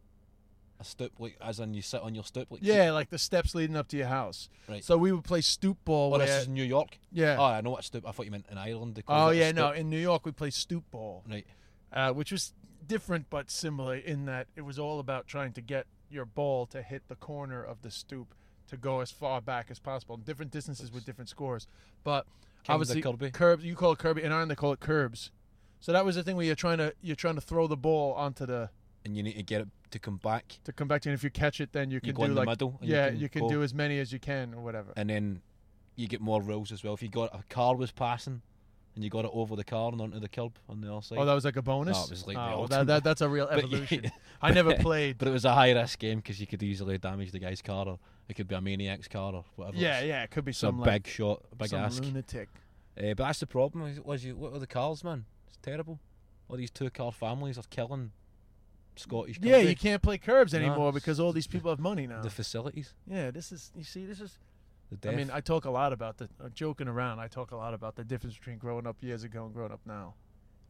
A stoop like as in you sit on your stoop like.
Yeah, like the steps leading up to your house.
Right.
So we would play stoop ball.
Oh,
where-
this is New York.
yeah.
Oh, I know what stoop. I thought you meant in Ireland. they call
oh
it a
yeah, no.
stoop.
In New York, we play stoop ball.
Right.
uh, which was different but similar in that it was all about trying to get your ball to hit the corner of the stoop to go as far back as possible. And different distances with different scores, but
King of the
obviously
Kirby.
curbs. You call it Kirby, in Ireland they call it curbs. So that was the thing where you're trying to you're trying to throw the ball onto the
and you need to get it to come back,
to come back to, you. and if you catch it, then you can
go
do
in the
like
middle and you
yeah,
can
you can
go-
do as many as you can or whatever.
and then you get more rules as well. If you got a car was passing, and you got it over the car and onto the curb on the other side.
Oh, that was like a bonus.
Oh, it was like the
well,
ultimate-
that, that, that's a real
But you-
evolution. I never played.
but it was a high risk game because you could easily damage the guy's car, or it could be a maniac's car, or whatever.
yeah,
it's,
yeah, it could be
It's a
some
big
like
shot, a big
some
ask. Uh,
lunatic.
but that's the problem. is- Was you what were the cars, man? It's terrible. All these two car families are killing Scottish.
Yeah,
country.
you can't play curbs
No.
anymore because all these people have money now.
The facilities.
yeah, this is you see, this is.
The death.
I mean, I talk a lot about the uh, joking around. I talk a lot about the difference between growing up years ago and growing up now.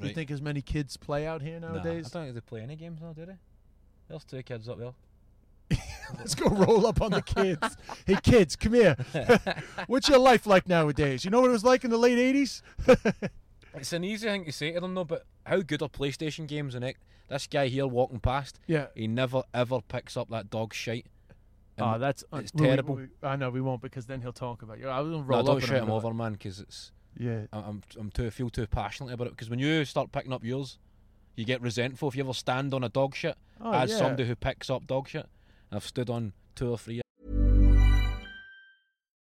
Do You
Right.
think as many kids play out here
Nah,
nowadays?
I don't think they play any games now, do they? There's two kids up there.
Let's go roll up on the kids. hey, kids, come here. What's your life like nowadays? You know what it was like in the late '80s?
It's an easy thing to say to them though, but how good are PlayStation games? And it, this guy here walking past,
yeah.
he never ever picks up that dog shite.
Oh, that's un-
it's
we- we-
terrible.
we- I know we won't because then he'll talk about you. I was gonna
No,
roll
don't
up
shout
on him
him
and-
over, man, because it's
Yeah.
I- I'm I'm too feel too passionate about it. Because when you start picking up yours, you get resentful. If you ever stand on a dog shit,
Oh,
as
yeah.
somebody who picks up dog shit, I've stood on two or three.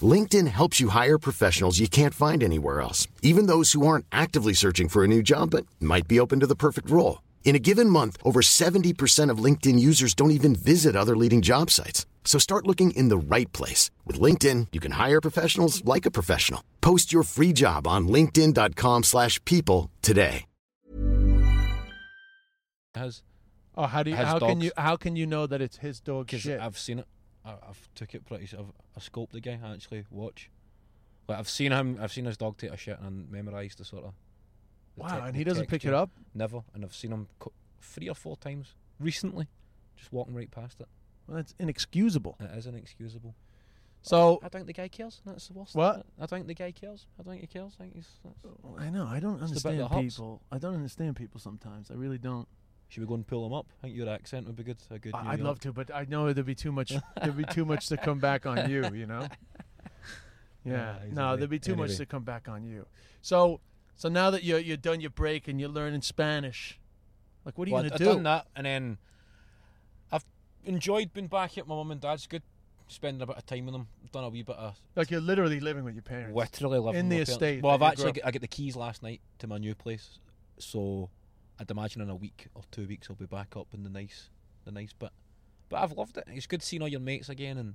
LinkedIn helps you hire professionals you can't find anywhere else, even those who aren't actively searching for a new job but might be open to the perfect role. In a given month, over 70% of LinkedIn users don't even visit other leading job sites. So start looking in the right place. With LinkedIn, you can hire professionals like a professional. Post your free job on linkedin.com/people slash people today.
His,
Oh, how do you,
Has
how can
dogs.
you how can you know that it's his dog
because
shit?
I've seen it. I, I've took it pretty. s- I've I scoped the guy. I actually watch. Like I've seen him. I've seen his dog take a shit and memorised the sort of. the
wow,
tec-
and
the
he doesn't pick it
texture.
up.
Never, and I've seen him co- three or four times recently, just walking right past it.
Well, that's inexcusable.
And it is inexcusable.
So
I think the guy cares. and That's the worst.
What? Oh.
I think the guy cares. I think he cares. I think he's. That's...
I know I don't
Just a
understand
bit of Oh, the hops.
people. I don't understand people sometimes. I really don't.
Should we go and pull him up? I think your accent would be good. A good. New
I, I'd love to, but I know there'd be too much. there'd be too much to come back on you. You know. Yeah.
Ah,
no,
easily.
there'd be too much
Anyway.
to come back on you. So, so now that you're you're done your break and you're learning Spanish, like what are you
Well,
gonna
I'd
do?
done that, and then I've enjoyed being back at my mum and dad's. Good, spending a bit of time with them. Done a wee bit of
Like you're literally living with your parents.
literally living
In
with
the
my parents.
estate
Well, I've
that you grew
actually
up-
got, I got the keys last night to my new place, so I'd imagine in a week or two weeks I'll be back up in the nice, the nice bit. But I've loved it. It's good seeing all your mates again,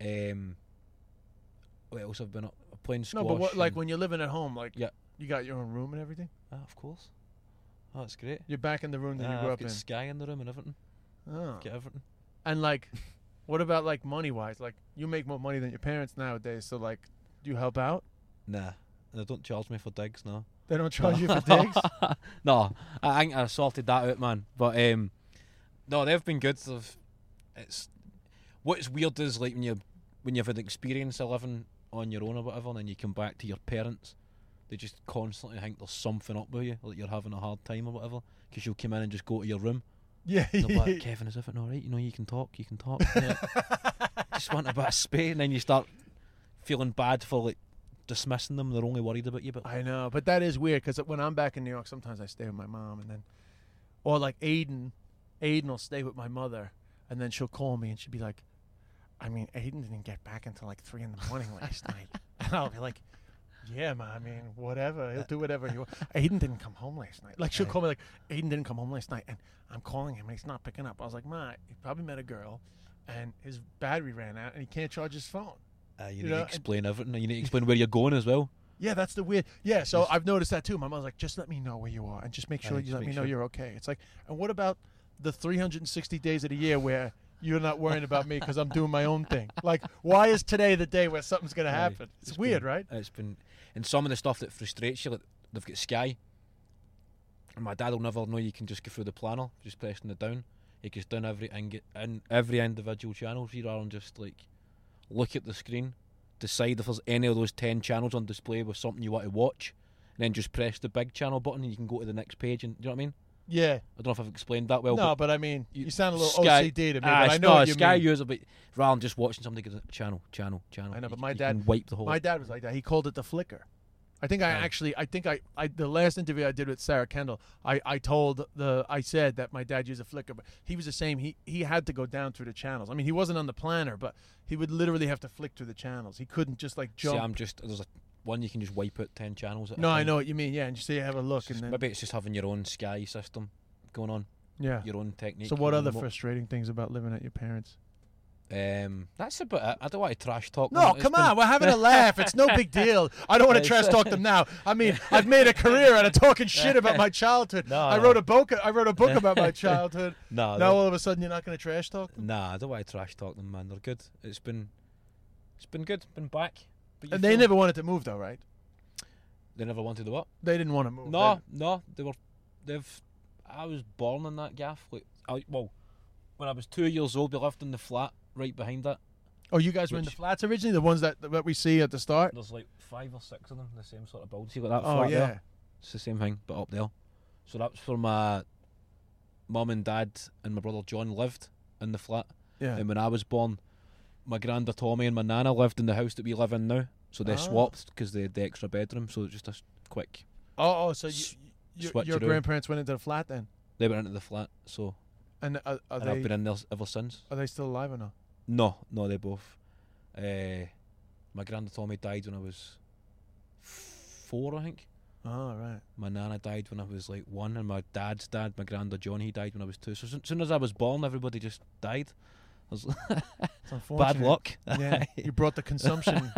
and um, what else I've been up playing
No,
squash.
but what, like
and-
when you're living at home, like
Yeah.
you got your own room and everything.
Ah, of course. Oh, that's great.
You're back in the room that
Ah,
you grew
I've
up
got
in.
Sky in the room and everything.
Oh.
Get everything.
And like, what about like money wise? Like you make more money than your parents nowadays, so like, do you help out?
Nah, they don't charge me for digs now.
They don't charge you for digs.
no, I think I sorted that out, man. But um, no, they've been good. They've, it's what's weird is like when you when you've had experience of living on your own or whatever, and then you come back to your parents, they just constantly think there's something up with you, like you're having a hard time or whatever, because you'll come in and just go to your room.
Yeah.
And they'll be like, Kevin, is everything all right? You know, you can talk, you can talk. And you're like, just want a bit of space, and then you start feeling bad for like dismissing them. They're only worried about you, but
I know, but that is weird because when I'm back in New York, sometimes I stay with my mom, and then, or like Aiden, Aiden will stay with my mother, and then she'll call me and she'll be like, "I mean, Aiden didn't get back until like three in the morning last night," and I'll be like. Yeah, ma, I mean, whatever. He'll do whatever he wants. Aiden didn't come home last night. Like, she'll call me, like, Aiden didn't come home last night, and I'm calling him, and he's not picking up. I was like, Ma, he probably met a girl, and his battery ran out, and he can't charge his phone.
Uh, you,
You
need
know,
to
and-
explain everything. and You need to explain where you're going as well.
Yeah, that's the weird. Yeah, so I've noticed that too. My mom's like, just let me know where you are, and just make sure
Aye,
you
just
let
make
me know
sure.
you're okay. It's like, and what about the 360 days of the year where you're not worrying about me because I'm doing my own thing? Like, why is today the day where something's gonna happen? It's, weird,
been-
right?
It's been, and some of the stuff that frustrates you, like they've got Sky, and my dad will never know you can just go through the planner, just pressing it down. He goes down every ing- in every individual channel, so you rather than just like look at the screen, decide if there's any of those ten channels on display with something you want to watch, and then just press the big channel button and you can go to the next page. And do you know what I mean?
Yeah.
I don't know if I've explained that well.
no,
but
but I mean, you, sound a little
Sky-
OCD to me.
Ah,
but I
it's
know
not
what
a
you
Sky
mean.
user, but rather than just watching something, goes, channel, channel, channel.
I know,
You-
but my
you
dad
can wipe the whole. Oh.
My dad was like that. He called it the flicker. I think I actually, I think I, I, the last interview I did with Sarah Kendall, I, I told the, I said that my dad used a flicker, but he was the same. He, he had to go down through the channels. I mean, he wasn't on the planner, but he would literally have to flick through the channels. He couldn't just like
See,
jump.
I'm just there's a one you can just wipe out ten channels. At a
no, I
time.
know what you mean. Yeah, and you say you have a look,
It's just-
and then
maybe it's just having your own Sky system going on,
yeah.
your own technique.
So, what
your
other
own mo-
frustrating things about living at your parents?
Um, that's about it. I don't want to trash talk.
No,
them. It's
come
been-
on, we're having a laugh. It's no big deal. I don't want to trash talk them now. I mean, I've made a career out of talking shit about my childhood.
No,
I
no. Oh,
wrote a book. I wrote a book about my childhood.
No,
Now
no.
all of a sudden you're not going to trash talk them.
Nah, I don't want to trash talk them, man. They're good. It's been, it's been good. Been back. But you
And they
feel-
never wanted to move though, right?
they never wanted to what?
They didn't want to move.
No,
They-
no, they were. They've. I was born in that gaff. Like, I, well, when I was two years old, we lived in the flat right behind it.
Oh, you guys were in the
Which-
flats originally, the ones that that we see at the start.
There's like five or six of them, the same sort of build. See, like that
Oh
flat
yeah.
there. It's the same thing, but up there. So that's where my mum and dad and my brother John lived in the flat.
Yeah.
And when I was born, my granda Tommy and my nana lived in the house that we live in now. So they
Ah.
swapped because they had the extra bedroom. So it's just a s- quick.
Oh, oh so
S-
you, you, your
switcheroo.
grandparents went into the flat then,
They went into the flat. So
and are, are
and I've been
they
in there s- ever since.
are they still alive or not?
No, no, they both. Uh, my granda Tommy died when I was four, I think.
Oh, right.
My nana died when I was like one, and my dad's dad, my granda John, he died when I was two. So as soon as I was born, everybody just died. I was
It's unfortunate.
bad luck.
Yeah, you brought the consumption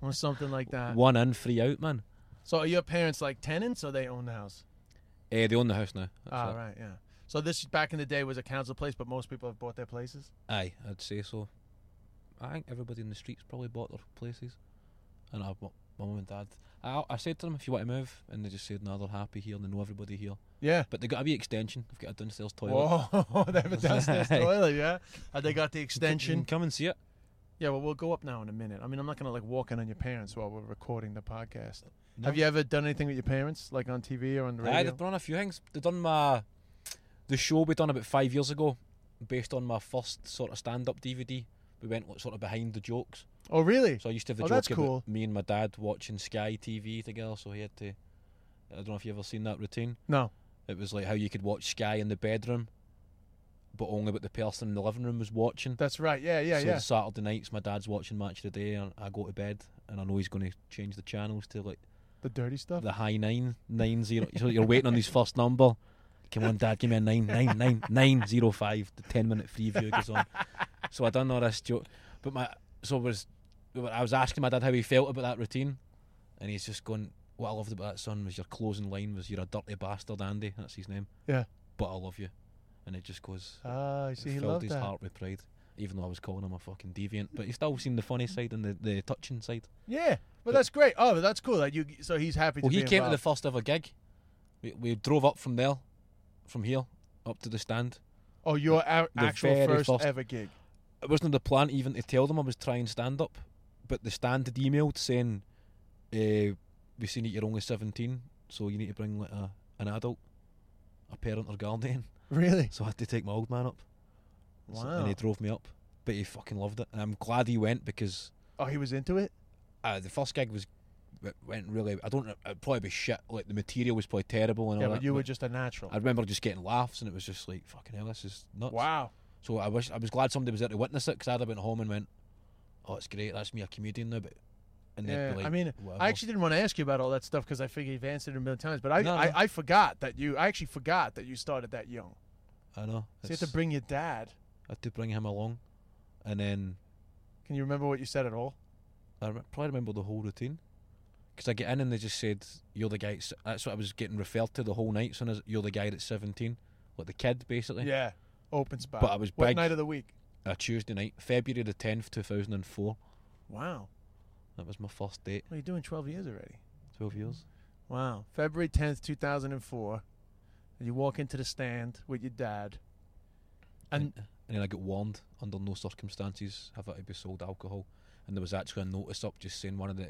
or something like that.
one in, three out, man.
So are your parents like tenants or they own the house?
Eh, they own the house now. That's
Ah,
it.
right, yeah. So this back in the day was a council place, but most people have bought their places.
Aye, I'd say so. I think everybody in the streets probably bought their places, and I, my mum and dad. I, I said to them, if you want to move, and they just said, no, they're happy here, and they know everybody here.
Yeah.
But they got a wee extension. They've got a downstairs toilet.
Whoa, they have a downstairs toilet, yeah. Uh, they got the
Come-
extension.
Come and see it.
Yeah, well, we'll go up now in a minute. I mean, I'm not gonna like walk in on your parents while we're recording the podcast. Have you ever done anything with your parents, like on TV or on the
Aye,
radio?
they've done a few things. They've done my the show we done about five years ago, based on my first sort of stand up DVD. We went like, sort of behind the jokes.
oh, really?
So I used to have the
Oh,
joke
that's
about
cool.
me and my dad watching Sky TV together. So he had to. I don't know if you ever seen that routine.
No.
It was like how you could watch Sky in the bedroom, but only what the person in the living room was watching.
That's right. Yeah, yeah,
so
yeah.
the Saturday nights, my dad's watching Match of the Day, and I go to bed, and I know he's going to change the channels to like
The dirty stuff.
the high nine nine zero. So you're waiting on his first number. Come on, Dad, give me a nine nine nine nine zero five. The ten minute free view goes on. So I done all this joke, but my so was I was asking my dad how he felt about that routine, and he's just going, "What I loved about that son was your closing line was you're a dirty bastard, Andy. That's his name.
Yeah.
But I love you," and it just goes.
Ah, I
it
see. He
filled
loved
his
that.
heart with pride, even though I was calling him a fucking deviant. But he still seen the funny side and the, the touching side.
Yeah, but that's great. Oh, but that's cool. Like you, so he's happy.
Well,
to
he
be
came to the
involved.
first ever gig. We, we drove up from there, from here, up to the stand.
Oh, your a-
the
actual
very
first,
first-
ever gig.
It wasn't the plan even to tell them I was trying stand up, but the stand had emailed saying, uh, "We've seen that you're only 17, so you need to bring like a, an adult, a parent or guardian."
Really?
So I had to take my old man up, So-
Wow.
and he drove me up. But he fucking loved it, and I'm glad he went because
Oh, he was into it.
uh, the first gig was w- went really. I don't. know, It'd probably be shit. Like the material was probably terrible and
yeah,
all
but
that,
you were
but-
just a natural.
I remember just getting laughs, and it was just like, "Fucking hell, this is nuts."
wow.
So I wish I was glad somebody was there to witness it because I'd have went home and went, "Oh, it's great. That's me, a comedian now." But and
Yeah,
then like,
I mean,
whatever.
I actually didn't want to ask you about all that stuff because I figured you've answered it a million times. But I,
No,
I,
no.
I forgot that you. I actually forgot that you started that young.
I know.
So you had
it's-
to bring your dad.
I had to bring him along, and then
Can you remember what you said at all?
I rem- probably remember the whole routine because I get in and they just said, "You're the guy." that's- That's what I was getting referred to the whole night. So as you're the guy that's 17, like the kid basically.
Yeah. Open spot.
But I was
what
big.
night of the week?
A Tuesday night, February the 10th, 2004.
Wow.
That was my first date.
What are you doing? Twelve years already.
12 years.
Wow. February tenth, two thousand and four. And you walk into the stand with your dad. And
and then I got warned under no circumstances have I be sold alcohol. And there was actually a notice up just saying one of the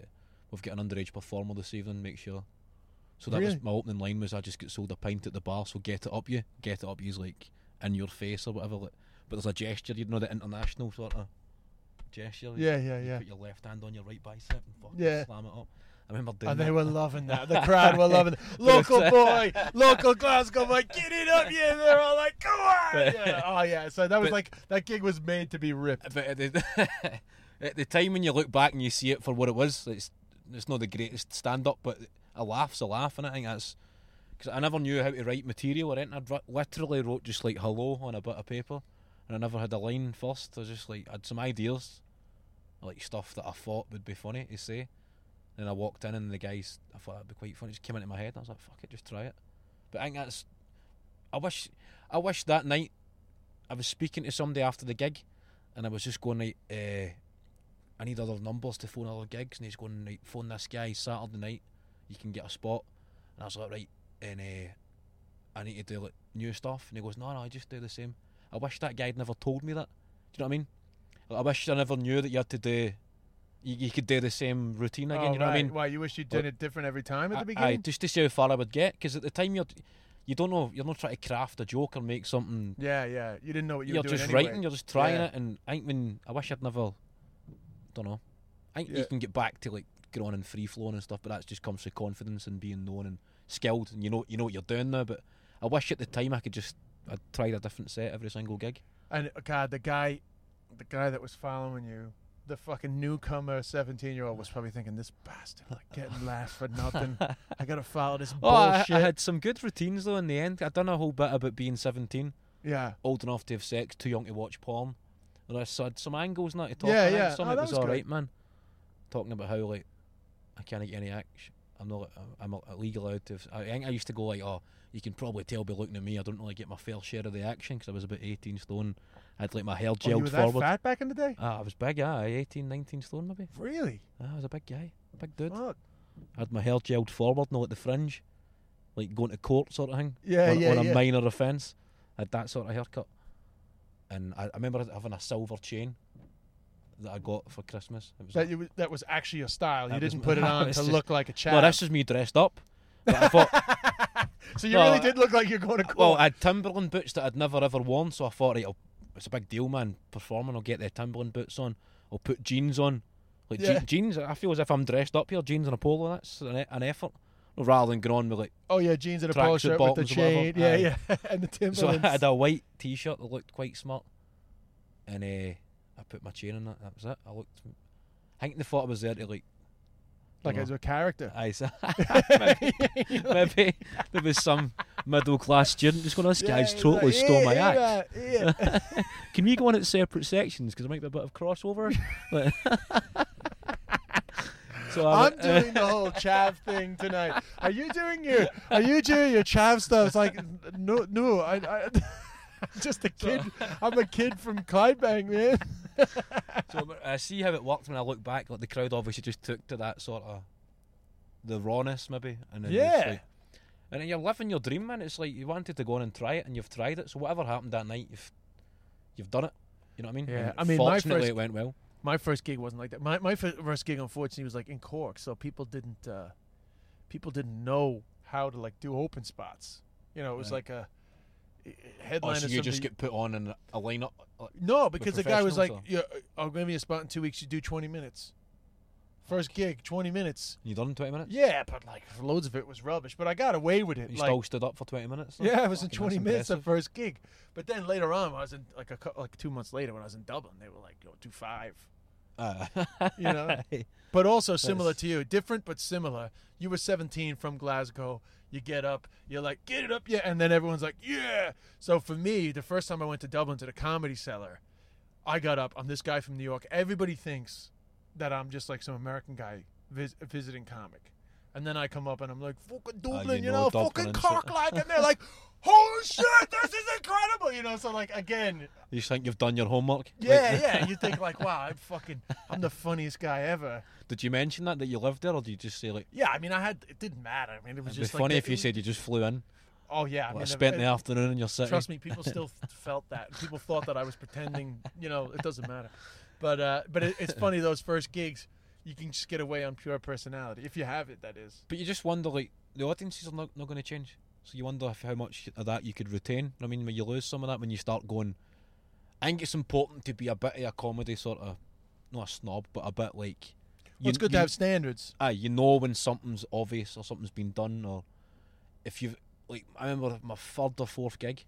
we've got an underage performer this evening, make sure. So that
Really?
was my opening line was I just get sold a pint at the bar, so get it up you, get it up you's like in your face or whatever. Like, but there's a gesture, you know, the international sort of gesture.
Yeah, yeah,
you
yeah.
Put your left hand on your right bicep and fucking
Yeah.
slam it up. I remember doing
And
that.
they were loving that. The crowd were loving it. Local boy, local Glasgow boy, get it up, yeah. They're all like, come on. Yeah. Oh, yeah. So that was
But-
like, that gig was made to be ripped.
But at the, at the time when you look back and you see it for what it was, it's it's not the greatest stand up, but a laugh's a laugh, and I think that's because I never knew how to write material or anything. I'd ri- literally wrote just like hello on a bit of paper, and I never had a line first. I was just like I had some ideas, like stuff that I thought would be funny to say. Then I walked in and the guys, I thought that'd be quite funny. It just came into my head. and I was like, fuck it, just try it. But I think that's, I wish, I wish that night, I was speaking to somebody after the gig, and I was just going like, uh, I need other numbers to phone other gigs, and he's going like, phone this guy Saturday night, you can get a spot, and I was like, right, and uh, I need to do like new stuff, and he goes, no, no, I just do the same. I wish that guy had never told me that. Do you know what I mean? Like, I wish I never knew that you had to do, you, you could do the same routine again.
Oh,
you know what I
right.
mean?
Why, you wish you'd done it different every time at the
Aye,
beginning?
just to see how far I would get, because at the time you're you don't know. You're not trying to craft a joke or make something.
Yeah, yeah. You didn't know what you
You're
were doing
just
anyway.
writing. You're just trying
Yeah.
it, and I think when I wish I'd never. Don't know. I think
Yeah.
you can get back to like going on and free flowing and stuff, but that just comes with confidence and being known and skilled, and you know you know what you're doing now. But I wish at the time I could just I tried a different set every single gig.
And uh, God, the guy, the guy that was following you, the fucking newcomer, seventeen-year-old, was probably thinking, "This bastard, like, getting laughs for nothing. I gotta follow this
Oh, I,
bullshit."
I had some good routines though. In the end, I'd done a whole bit about being seventeen,
yeah, Oh,
old enough to have sex, too young to watch porn. And I said some angles not to talk
Yeah,
about.
yeah.
Some
Oh,
it
that
was,
was
all
good.
right, man. Talking about how like I can't get any action. I'm not. I'm illegal out of. I think I used to go like, oh, you can probably tell by looking at me. I don't really get my fair share of the action because I was about 18 stone. I'd like my hair
oh, you
gelled
were that
forward.
fat back in the day.
Ah, I was big, yeah, 18, 19 stone maybe.
Really?
Ah, I was a big guy, big dude.
Fuck.
I had my hair gelled forward, not at the fringe, like going to court sort of thing.
Yeah,
on,
yeah,
on a
yeah.
minor offence, I had that sort of haircut, and I, I remember having a silver chain that I got for Christmas. It was
That you, that was actually your style. You
That was
didn't
my-
put it on to
it's just-
look like a chap.
well, this is me dressed up. But I thought,
so you
no,
really
I-
did look like you're going to court.
well, I had Timberland boots that I'd never ever worn, so I thought, right, I'll, it's a big deal, man. Performing, I'll get the Timberland boots on. I'll put jeans on, like je-
Yeah.
jeans. I feel as if I'm dressed up here, jeans and a polo. That's an, e- an effort, rather than going on with like
oh yeah, jeans and a
Tracksuit
polo shirt with the
bottoms, whatever.
chain. Yeah,
Aye.
yeah, and the
So I
Timberlands.
had a white T-shirt that looked quite smart, and uh, I put my chain in that. That was it. I looked. I think they thought I was there to like.
like as a character.
Aye, so maybe, maybe there was some middle class student just going, "This guy's
he's
totally
like,
stole my
yeah,
act."
yeah, yeah.
Can we go on at separate sections because I might be a bit of crossover? Like- so I
I'm
went, uh,
doing the whole chav thing tonight. Are you doing your Are you doing your chav stuff? It's like n- no, no. I, I I'm just a kid. I'm a kid from Clydebank, man.
So I see how it worked when I look back. Like the crowd obviously just took to that sort of the rawness, maybe. And then it's
Yeah.
like- and then you're living your dream, man. It's like you wanted to go on and try it, and you've tried it. So whatever happened that night, you've you've done it. You know what I mean?
Yeah,
And
I mean, my
fortunately
first-
it went well.
My first gig wasn't like that. My my fir- first gig, unfortunately, was like in Cork, so people didn't uh, people didn't know how to like do open spots. You know, it was like a i- i- headline.
Oh,
is
so you just
something-
get put on in a lineup. Like,
No, because the guy was like,
professionals,
yeah, uh, I'll give you a spot in two weeks. You do 20 minutes. First gig, 20 minutes.
you done in twenty minutes.
Yeah, but like loads of it was rubbish. But I got away with it.
You
like,
still stood up for twenty minutes. though?
yeah, it was in
Fucking, that's
20 minutes the
impressive.
first gig. But then later on, I was in like a cou- like two months later when I was in Dublin, they were like, "Yo, do five.
Ah.
You know? But also similar to you, different but similar. You were 17 from Glasgow. You get up, you're like, get it up, yeah, and then everyone's like, yeah. So for me, the first time I went to Dublin to the Comedy Cellar, I got up. I'm this guy from New York. Everybody thinks that I'm just like some American guy vis- visiting comic, and then I come up and I'm like, fucking Dublin, Ah, you,
you
know,
know Dublin
fucking
and shit.
cock like, and they're like, holy shit, this is incredible, you know. So like again,
you think you've done your homework?
yeah,
Like,
yeah. You think like, wow, I'm fucking, I'm the funniest guy ever.
Did you mention that that you lived there, or did you just say like?
Yeah, I mean, I had it didn't matter. I mean, it was
It'd be
just
funny
like
if you said you just flew in.
"Oh yeah, I
Well, I
mean,
spent
it-
the afternoon in your city.
Trust me, people still f- felt that. People thought that I was pretending. You know, it doesn't matter. But uh, but it, it's funny those first gigs, you can just get away on pure personality if you have it. That is.
But you just wonder, like, the audiences are not, not going to change. So you wonder if, how much of that you could retain. I mean, when you lose some of that, when you start going, I think it's important to be a bit of a comedy sort of, not a snob, but a bit like.
Well, it's good to have standards.
Aye, you know when something's obvious or something's been done, or if you've like, I remember my third or fourth gig,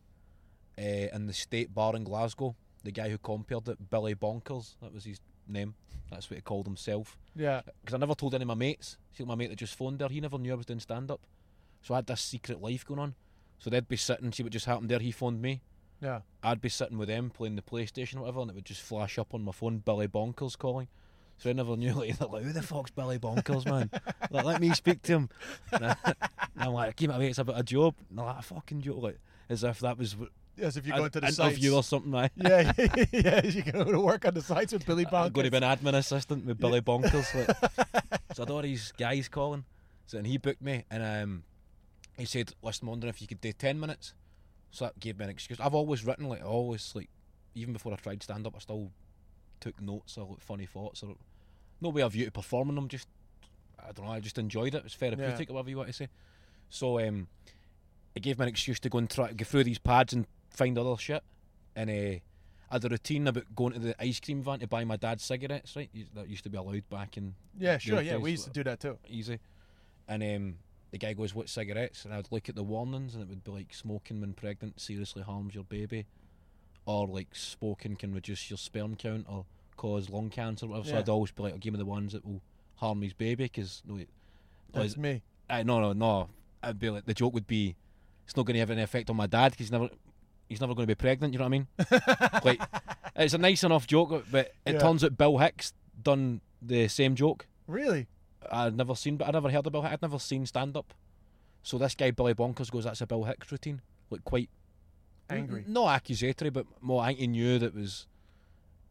uh, in the State Bar in Glasgow. The guy who compared it, Billy Bonkers, that was his name. That's what he called himself
Yeah.
because I never told any of my mates. See, my mate that just phoned there, he never knew I was doing stand up. So I had this secret life going on. So they'd be sitting, see what just happened there. He phoned me.
Yeah.
I'd be sitting with them playing the PlayStation or whatever, and it would just flash up on my phone, Billy Bonkers calling. So I never knew, like, they're like, who the fuck's Billy Bonkers, man? like, let me speak to him. And, I, am like, keep my mates about a job. And they're like, a fucking job. Like, as if that was w-
As if you
an
go into the sites.
interview or something. Like.
yeah, yeah, yeah. You go to work on the sites with Billy
I'm
Bob.
going to be an admin assistant with Billy Bonkers. Like. so I had all these guys calling. So and he booked me, and um, he said, "Listen, I'm wondering if you could do ten minutes." So that gave me an excuse. I've always written like I always like, even before I tried stand up, I still took notes or like, funny thoughts or no way of you to performing them. Just I don't know. I just enjoyed it. It was therapeutic, or whatever you want to say. So um, it gave me an excuse to go and try get through these pads and find other shit. And uh, I had a routine about going to the ice cream van to buy my dad cigarettes. Right, Used- that used to be allowed back in
Yeah,
the
sure.
old
Yeah, we
days.
used to do that too.
easy. And um, the guy goes, "What cigarettes?" And I'd look at the warnings, and it would be like, "Smoking when pregnant seriously harms your baby," or like, "Smoking can reduce your sperm count or cause lung cancer." Whatever. So
Yeah.
I'd always be like, "Give me the ones that will harm his baby," because no, it- no,
That's
it's-
me.
I, Uh, no, no, no. I'd be like, the joke would be, it's not going to have any effect on my dad because he's never, he's never going to be pregnant. You know what I mean? like, it's a nice enough joke, but it
Yeah.
turns out Bill Hicks done the same joke.
Really?
I'd never seen, but I never heard about it. I'd never seen stand up. So this guy Billy Bonkers goes, "That's a Bill Hicks routine." Like quite Mm,
Angry.
n- not accusatory, but more. I think he knew that was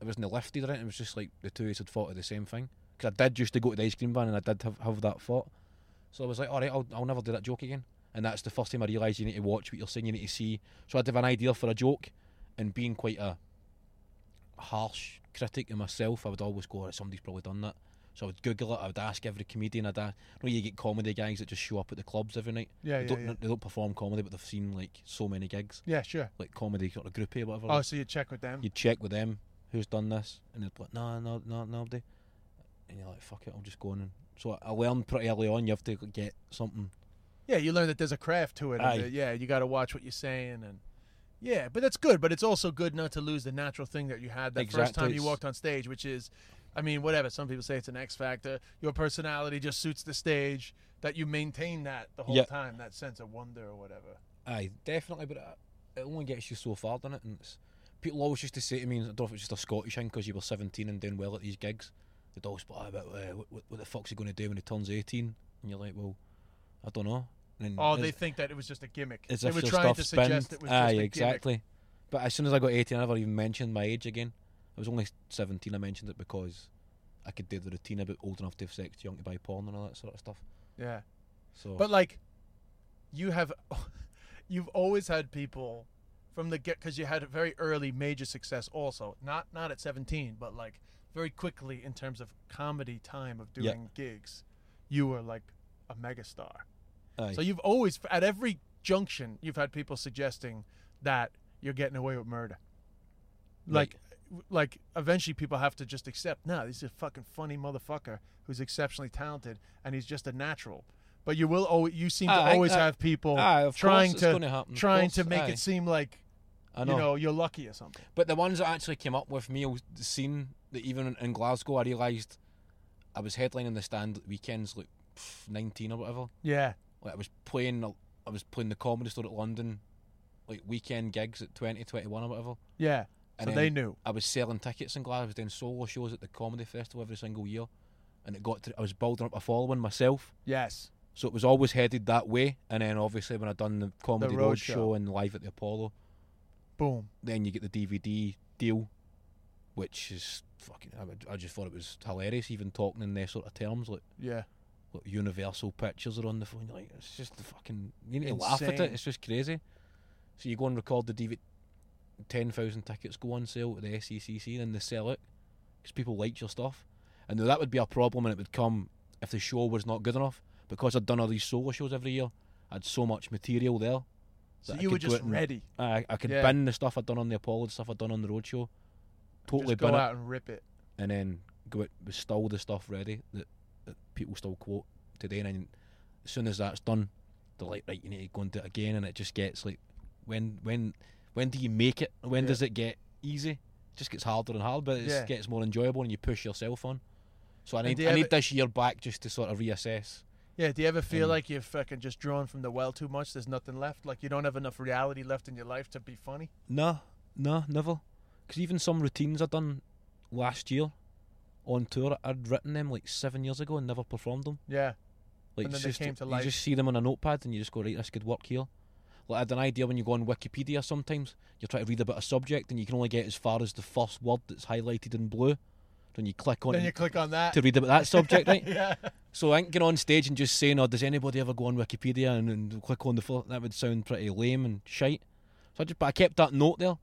it wasn't lifted or anything. It was just like the two of us had thought of the same thing. Because I did used to go to the ice cream van and I did have, have that thought. So I was like, all right, I'll, I'll never do that joke again. And that's the first time I realised you need to watch what you're saying, you need to see. So I'd have an idea for a joke, and being quite a harsh critic of myself, I would always go, oh, somebody's probably done that. So I would Google it, I would ask every comedian, I'd ask, you know, you get comedy guys that just show up at the clubs every night.
Yeah,
they,
yeah,
don't,
yeah.
they don't perform comedy, but they've seen like so many gigs,
Yeah, sure.
like comedy sort of groupie or whatever.
Oh, so you check with them?
You'd check with them who's done this, and they'd be like, no, no, no, nobody. And you're like, fuck it, I'll just go on. And so I- I learned pretty early on, you have to get something.
Yeah, you learn that there's a craft to it. and
Aye.
that, yeah, you got to watch what you're saying, and yeah, but that's good. But it's also good not to lose the natural thing that you had the first
Exactly,
time you
it's-
walked on stage, which is, I mean, whatever. Some people say it's an X factor. Your personality just suits the stage. That you maintain that the whole
Yeah.
time, that sense of wonder or whatever.
Aye, definitely, but it- it only gets you so far, doesn't it? And it's, people always used to say to me, and I don't know if it's just a Scottish thing because you were 17 and doing well at these gigs. They'd always be like, "Ah, but, uh, what, what the fuck's he going to do when he turns 18? And you're like, well, I don't know. And
Oh,
it's-
they think that it was just a gimmick.
As
they
if
were
your
trying to
stuff's been-
suggest it was
Aye,
just a
exactly. But as soon as I got 18, I never even mentioned my age again. I was only 17. I mentioned it because I could do the routine about old enough to have sex, young to buy porn, and all that sort of stuff.
gimmick. Yeah.
So,
But like, you have, you've always had people from the get because you had a very early major success. Also, not not at seventeen, but like very quickly in terms of comedy time of doing
Yeah.
gigs, you were like a megastar.
aye.
So you've always at every junction you've had people suggesting that you're getting away with murder. Like, like eventually people have to just accept. No, this is a fucking funny motherfucker who's exceptionally talented, and he's just a natural. But you will always you seem to
Aye,
always
aye.
have people
Aye, of
trying
course it's
to
gonna happen. Of
trying to
course,
make
aye.
it seem like
I know.
you know you're lucky or something.
But the ones that actually came up with me, I was seeing that even in, in Glasgow, I realised I was headlining the stand at weekends, like pff, 19 or whatever.
Yeah,
Like I was playing, I was playing the comedy store at London, like weekend gigs at 20, 21 or whatever.
yeah. So
And
they
then
knew.
I was selling tickets in Glasgow. I was doing solo shows at the comedy festival every single year, and it got to, I was building up a following myself.
Yes.
So it was always headed that way. And then obviously when I done the comedy
road
road
show.
show. and live at the Apollo,
Boom.
then you get the DVD deal, which is fucking. I, I just thought it was hilarious, even talking in their sort of terms like.
Yeah.
like Universal Pictures are on the phone. You're like, it's just the fucking. You need to laugh at
Insane.
it. It's just crazy. So you go and record the DVD. Ten thousand tickets go on sale at the E SECC, then they sell it because people liked your stuff. And now that would be a problem, and it would come if the show was not good enough. Because I'd done all these solo shows every year, I had so much material there.
So
that I
you were
could go
just
out and-
ready.
I, I could
Yeah.
bin the stuff I'd done on the Apollo, the stuff I'd done on the roadshow, totally
just go
bin it
out and rip it.
and then go out with still the stuff ready that, that people still quote today. And then as soon as that's done, they're like, right, you need to go and do it again. And it just gets like, when when when do you make it? When does it get easy? It just gets harder and harder, but it
Yeah.
just gets more enjoyable and you push yourself on. So I
And
need
do you
I
ever-
need this year back just to sort of reassess.
Yeah, do you ever feel
And-
like you're fucking just drawn from the well too much? There's nothing left? Like you don't have enough reality left in your life to be funny?
No, no, never. Because even some routines I done last year on tour, I'd written them like seven years ago and never performed them.
Yeah.
Like
And
it's
then they
just,
came to
you
life.
just see them on a notepad and you just go, right, this could work here. Like I had an idea when you go on Wikipedia sometimes, you try to read about a subject and you can only get as far as the first word that's highlighted in blue. Then you click on
Then
it
you click on that.
to read about that subject, right?
yeah.
So I think getting on stage and just saying, oh, does anybody ever go on Wikipedia and, and click on the full, that would sound pretty lame and shite. So I just, but I kept that note there.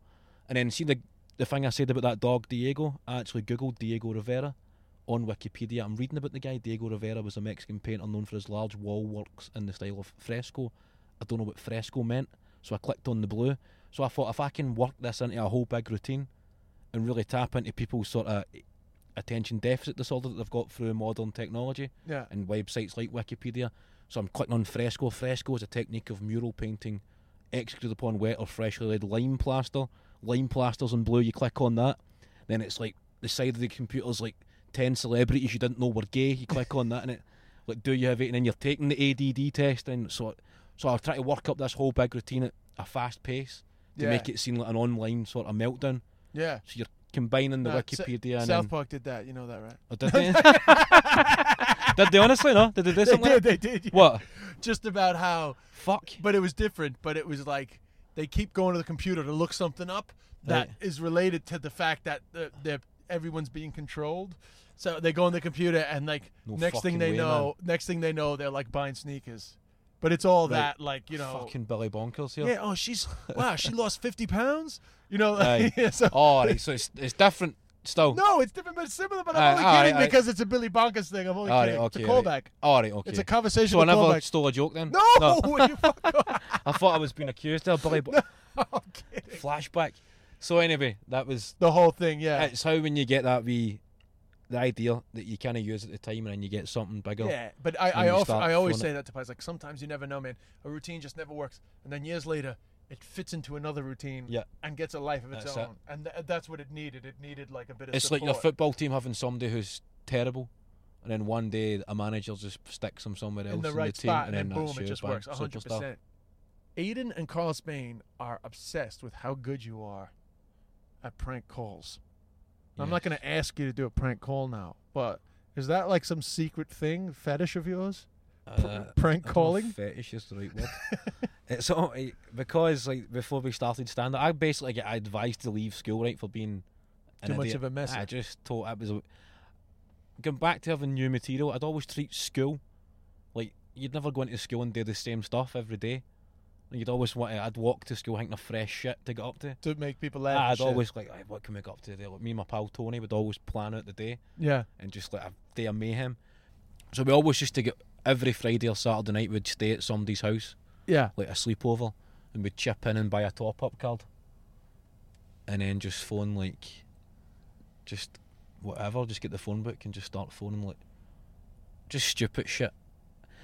And then see the, the thing I said about that dog, Diego, I actually Googled Diego Rivera on Wikipedia. I'm reading about the guy. Diego Rivera was a Mexican painter known for his large wall works in the style of fresco I don't know what fresco meant. So I clicked on the blue. So I thought if I can work this into a whole big routine and really tap into people's sort of attention deficit disorder that they've got through modern technology
Yeah.
and websites like Wikipedia. So I'm clicking on fresco. Fresco is a technique of mural painting executed upon wet or freshly laid lime plaster. Lime plasters in blue, you click on that. Then it's like the side of the computer's like 10 celebrities you didn't know were gay. You click on that and it, like, do you have it? And then you're taking the ADD test. And so, so I'll try to work up this whole big routine at a fast pace to
Yeah.
make it seem like an online sort of meltdown.
Yeah.
So you're combining the
Nah, Sa-
Wikipedia and
South
then-
Park did that. You know that, right?
Oh, did they? did they honestly? No, did they do something? like that?
They did. yeah.
What?
Just about how,
Fuck.
but it was different. But it was like they keep going to the computer to look something up that is
Right.
related to the fact that the, the, everyone's being controlled. So they go on the computer and like
No
next thing
fucking
they
way,
know, next thing they know, they're like buying sneakers. But it's all that like you know.
Fucking Billy Bonkers here.
yeah. Oh, she's wow. She lost fifty pounds. You know.
Aye.
yeah, so-
Oh, right, so it's, it's different still.
No, it's different, but it's similar. But I'm
Alright,
only
alright,
kidding
alright.
because it's a Billy Bonkers thing. I'm only
All right,
kidding.
okay.
it's a callback.
All right, okay.
It's a conversation
So I
with
never
callback.
stole a joke then?
No, you fuck off.
I thought I was being accused of Billy. Bo-
I'm kidding.
Flashback. So anyway, that was.
The whole thing, yeah.
It's how when you get that wee, the idea that you kind of use at the time and then you get something bigger.
yeah, but I,
And
I,
you
often,
start
I always
throwing
say that to guys. Like sometimes you never know, man. A routine just never works, and then years later, it fits into another routine
Yeah.
and gets a life of its
That's it.
own. And th- that's what it needed. It needed like a bit of.
It's like
support.
your football team having somebody who's terrible, and then one day a manager just sticks them somewhere else
in
in
the right
team,
spot,
and
and,
then
boom,
that's
it
you,
just
bang,
works works hundred
superstar.
percent. Aiden and Carl Spain are obsessed with how good you are at prank calls. I'm not
Yes.
going to ask you to do a prank call now, but is that like some secret thing, fetish of yours? Pr-
Uh,
prank
I don't know if
calling?
fetish is the right word. it's all, it- eh, because like before we started stand up, I basically get advised to leave school right for being an
Too much
idiot.
of a messer.
I just thought it was a, going back to having new material. I'd always treat school like you'd never go into school and do the same stuff every day. You'd always want to. I'd walk to school thinking of fresh shit to get up to.
To make people
Ah,
laugh. and
I'd
shit.
always like, "Aye, what can we get up to today? Like, me and my pal Tony would always plan out the day
Yeah.
and just like a day of mayhem. So we always used to get every Friday or Saturday night we'd stay at somebody's house,
Yeah.
like a sleepover, and we'd chip in and buy a top up card. And then just phone like just whatever, just get the phone book and just start phoning like just stupid shit.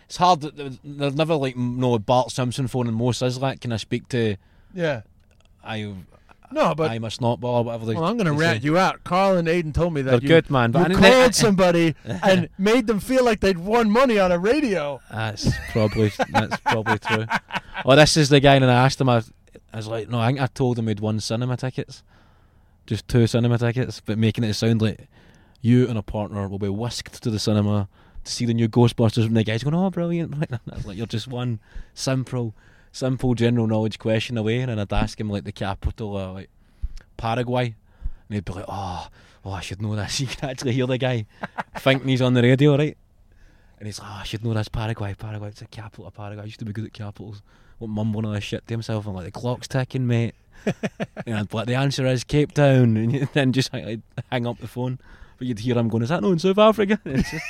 It's hard. that there- There's never like no Bart Simpson phoning Mo Sislak. Can I speak to
Yeah.
I?
No, but
I must not ball or whatever. They,
well, I'm going to
they say.
rat you out. Carl and Aiden told me that
They're
you,
good, man, but
you
I- I-
called somebody and made them feel like they'd won money on a radio.
That's probably that's probably true. Or this is the guy, and I asked him. I, I was like, no, I think I told him he'd won cinema tickets, just two cinema tickets, but making it sound like you and a partner will be whisked to the cinema to see the new Ghostbusters. And the guy's going, oh, brilliant! Like, that's like you're just one simple, simple general knowledge question away. And then I'd ask him like the capital of like Paraguay, and he'd be like, oh, oh, I should know this. You can actually hear the guy thinking he's on the radio, right? And he's like, oh, I should know that's Paraguay. Paraguay, it's a capital of Paraguay. I used to be good at capitals. What mumbling all this shit to himself. I'm like, the clock's ticking, mate. and I'd be like, the answer is Cape Town. And then just like, I'd hang up the phone. But you'd hear him going, is that no in South Africa? And it's just-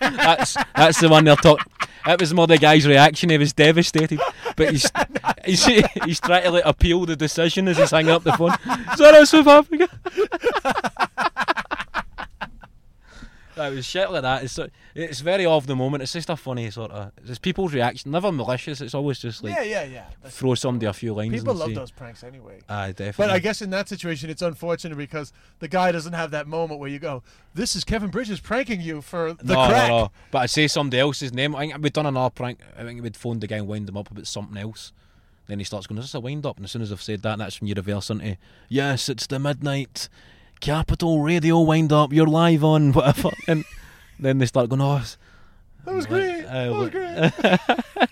that's that's the one they're talking. That was more the guy's reaction. He was devastated, but he's he's, he's trying to like appeal the decision as he's hanging up the phone. Is that not South Africa? That was shit like that. It's so, it's very of the moment. It's just a funny sort of. It's people's reaction. Never malicious. It's always just like
yeah, yeah, yeah. That's-
throw somebody a few lines.
People
and
love
see.
those pranks anyway.
Aye, definitely.
But I guess in that situation, it's unfortunate because the guy doesn't have that moment where you go, "This is Kevin Bridges pranking you for the
no,
crack."
No, no. But I say somebody else's name. I think we'd done another prank. I think we'd phoned the guy and wound him up about something else. Then he starts going, "Is this a wind up?" And as soon as I've said that, that's when you reverse into, "Yes, it's the midnight capital radio wind up. You're live on whatever." and then they start going, "Oh." it's-
That was
like,
great.
uh,
that was
like-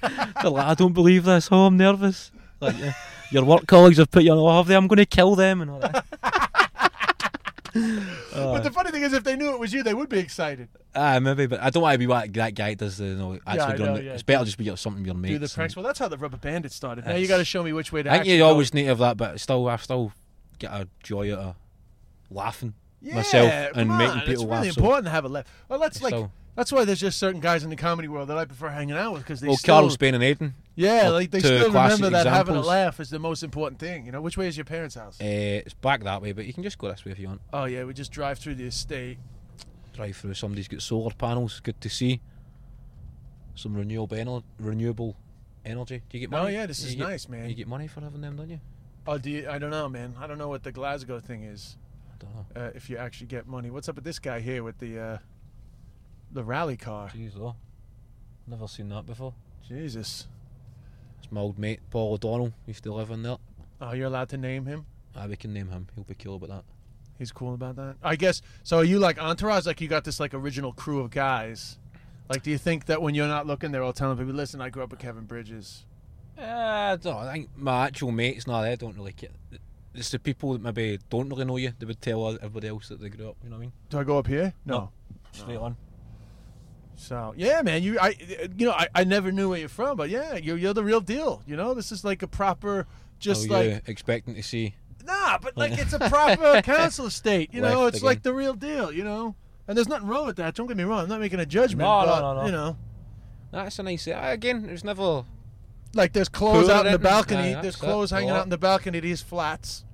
great.
They're like, I don't believe this. Oh, I'm nervous. Like, uh, your work colleagues have put you on. Oh, have they? I'm going to kill them and all that.
but the funny thing is, if they knew it was you, they would be excited.
Ah, maybe, but I don't want to be like that guy that does the. You know, actually,
I
doing
know,
the-
yeah.
it's better just be your- something with your mates.
Do the
and-
pranks. Well, that's how the Rubber Bandit started. Now
That's-
you got to show me which way to.
I think
actually
you
go.
always need to have that, but still, I still get a joy out of laughing
yeah,
myself
come
and
on.
making people
It's
laugh.
really
so-
important to have a laugh. Well, that's like
So-
that's why there's just certain guys in the comedy world that I prefer hanging out with because they
well,
still.
Carl Spain and Aiden,
Yeah,
Or
like they
to
still
classic
remember that having a
examples.
laugh is the most important thing. You know, which way is your parents' house?
Uh, it's back that way, but you can just go this way if you want.
Oh yeah, we just drive through the estate.
Drive through. Somebody's got solar panels. Good to see. Some renewable ener- renewable energy. Do you get
No,
money?
Oh, yeah, this
You
is
get-
nice, man.
You get money for having them, don't you?
Oh, do you, I don't know, man. I don't know what the Glasgow thing is.
I don't know.
Uh, if you actually get money, what's up with this guy here with the uh, the rally car?
Jeez, though. Never seen that before.
Jesus.
It's my old mate Paul O'Donnell. Used to live in there.
Oh, you're allowed to name him.
Ah, we can name him. He'll be cool about that.
He's cool about that. I guess. So are you like entourage? Like you got this like original crew of guys. Like, do you think that when you're not looking, they're all telling people, "Listen, I grew up with Kevin Bridges."
Uh, I don't know, I think my actual mates, no, they don't really care. It's the people that maybe don't really know you, they would tell everybody else that they grew up, you know what I mean?
Do I go up here? no.
Straight on.
So yeah, man, you I you know I, I never knew where you're from, but yeah, you're you're the real deal. You know, this is like a proper, just
oh,
like
yeah, expecting to see.
nah, but like it's a proper council estate. You know,
Left
it's like the real deal. You know, and there's nothing wrong with that. Don't get me wrong. I'm not making a judgment.
No, no,
but,
no, no.
You know,
That's a nice. Uh, again, it was never.
like there's clothes out in the
Pool,
balcony.
yeah,
there's
that's it.
clothes hanging
Well-
out in the balcony. of These flats.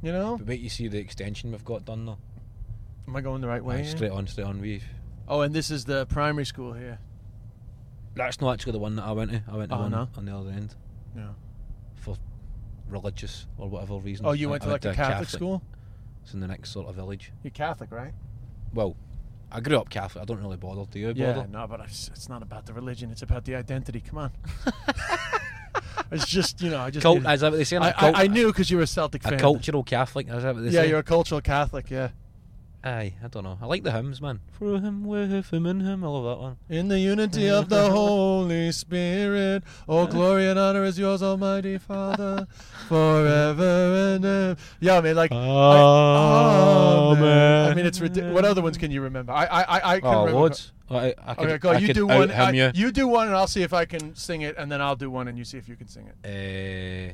You know,
But wait, you see the extension we've got done though.
am I going the right
Aye,
way? here?
straight on, straight on. We.
Oh, and this is the primary school here.
That's not actually the one that I went to. I went to
Oh,
one
no.
on the other end
No.
for religious or whatever reason.
Oh, you went to like a Catholic, school?
It's in the next sort of village.
You're Catholic, right?
Well, I grew up Catholic. I don't really bother. Do you
Yeah,
bother?
no, but it's, it's not about the religion. It's about the identity. Come on. it's just you know, I just
Cult,
I,
is that what they say?
I,
A cult-
I knew because you were a Celtic
A
fan.
cultural Catholic, is that what they
Yeah,
say?
you're a cultural Catholic. Yeah,
Aye, I don't know. I like the hymns, man. Through him, with him, in him. I love that one.
in the unity of the Holy Spirit, all glory and honor is yours, Almighty Father, forever and ever. Yeah, I mean, like, I, Amen. I mean, it's ridiculous. What other ones can you remember? I, I, I, I can
Oh,
remember.
loads. I, I could,
Okay, go.
I
you
could
do one.
out-hymn
I-
you.
you do one, and I'll see if I can sing it, and then I'll do one, and you see if you can sing it.
Eh,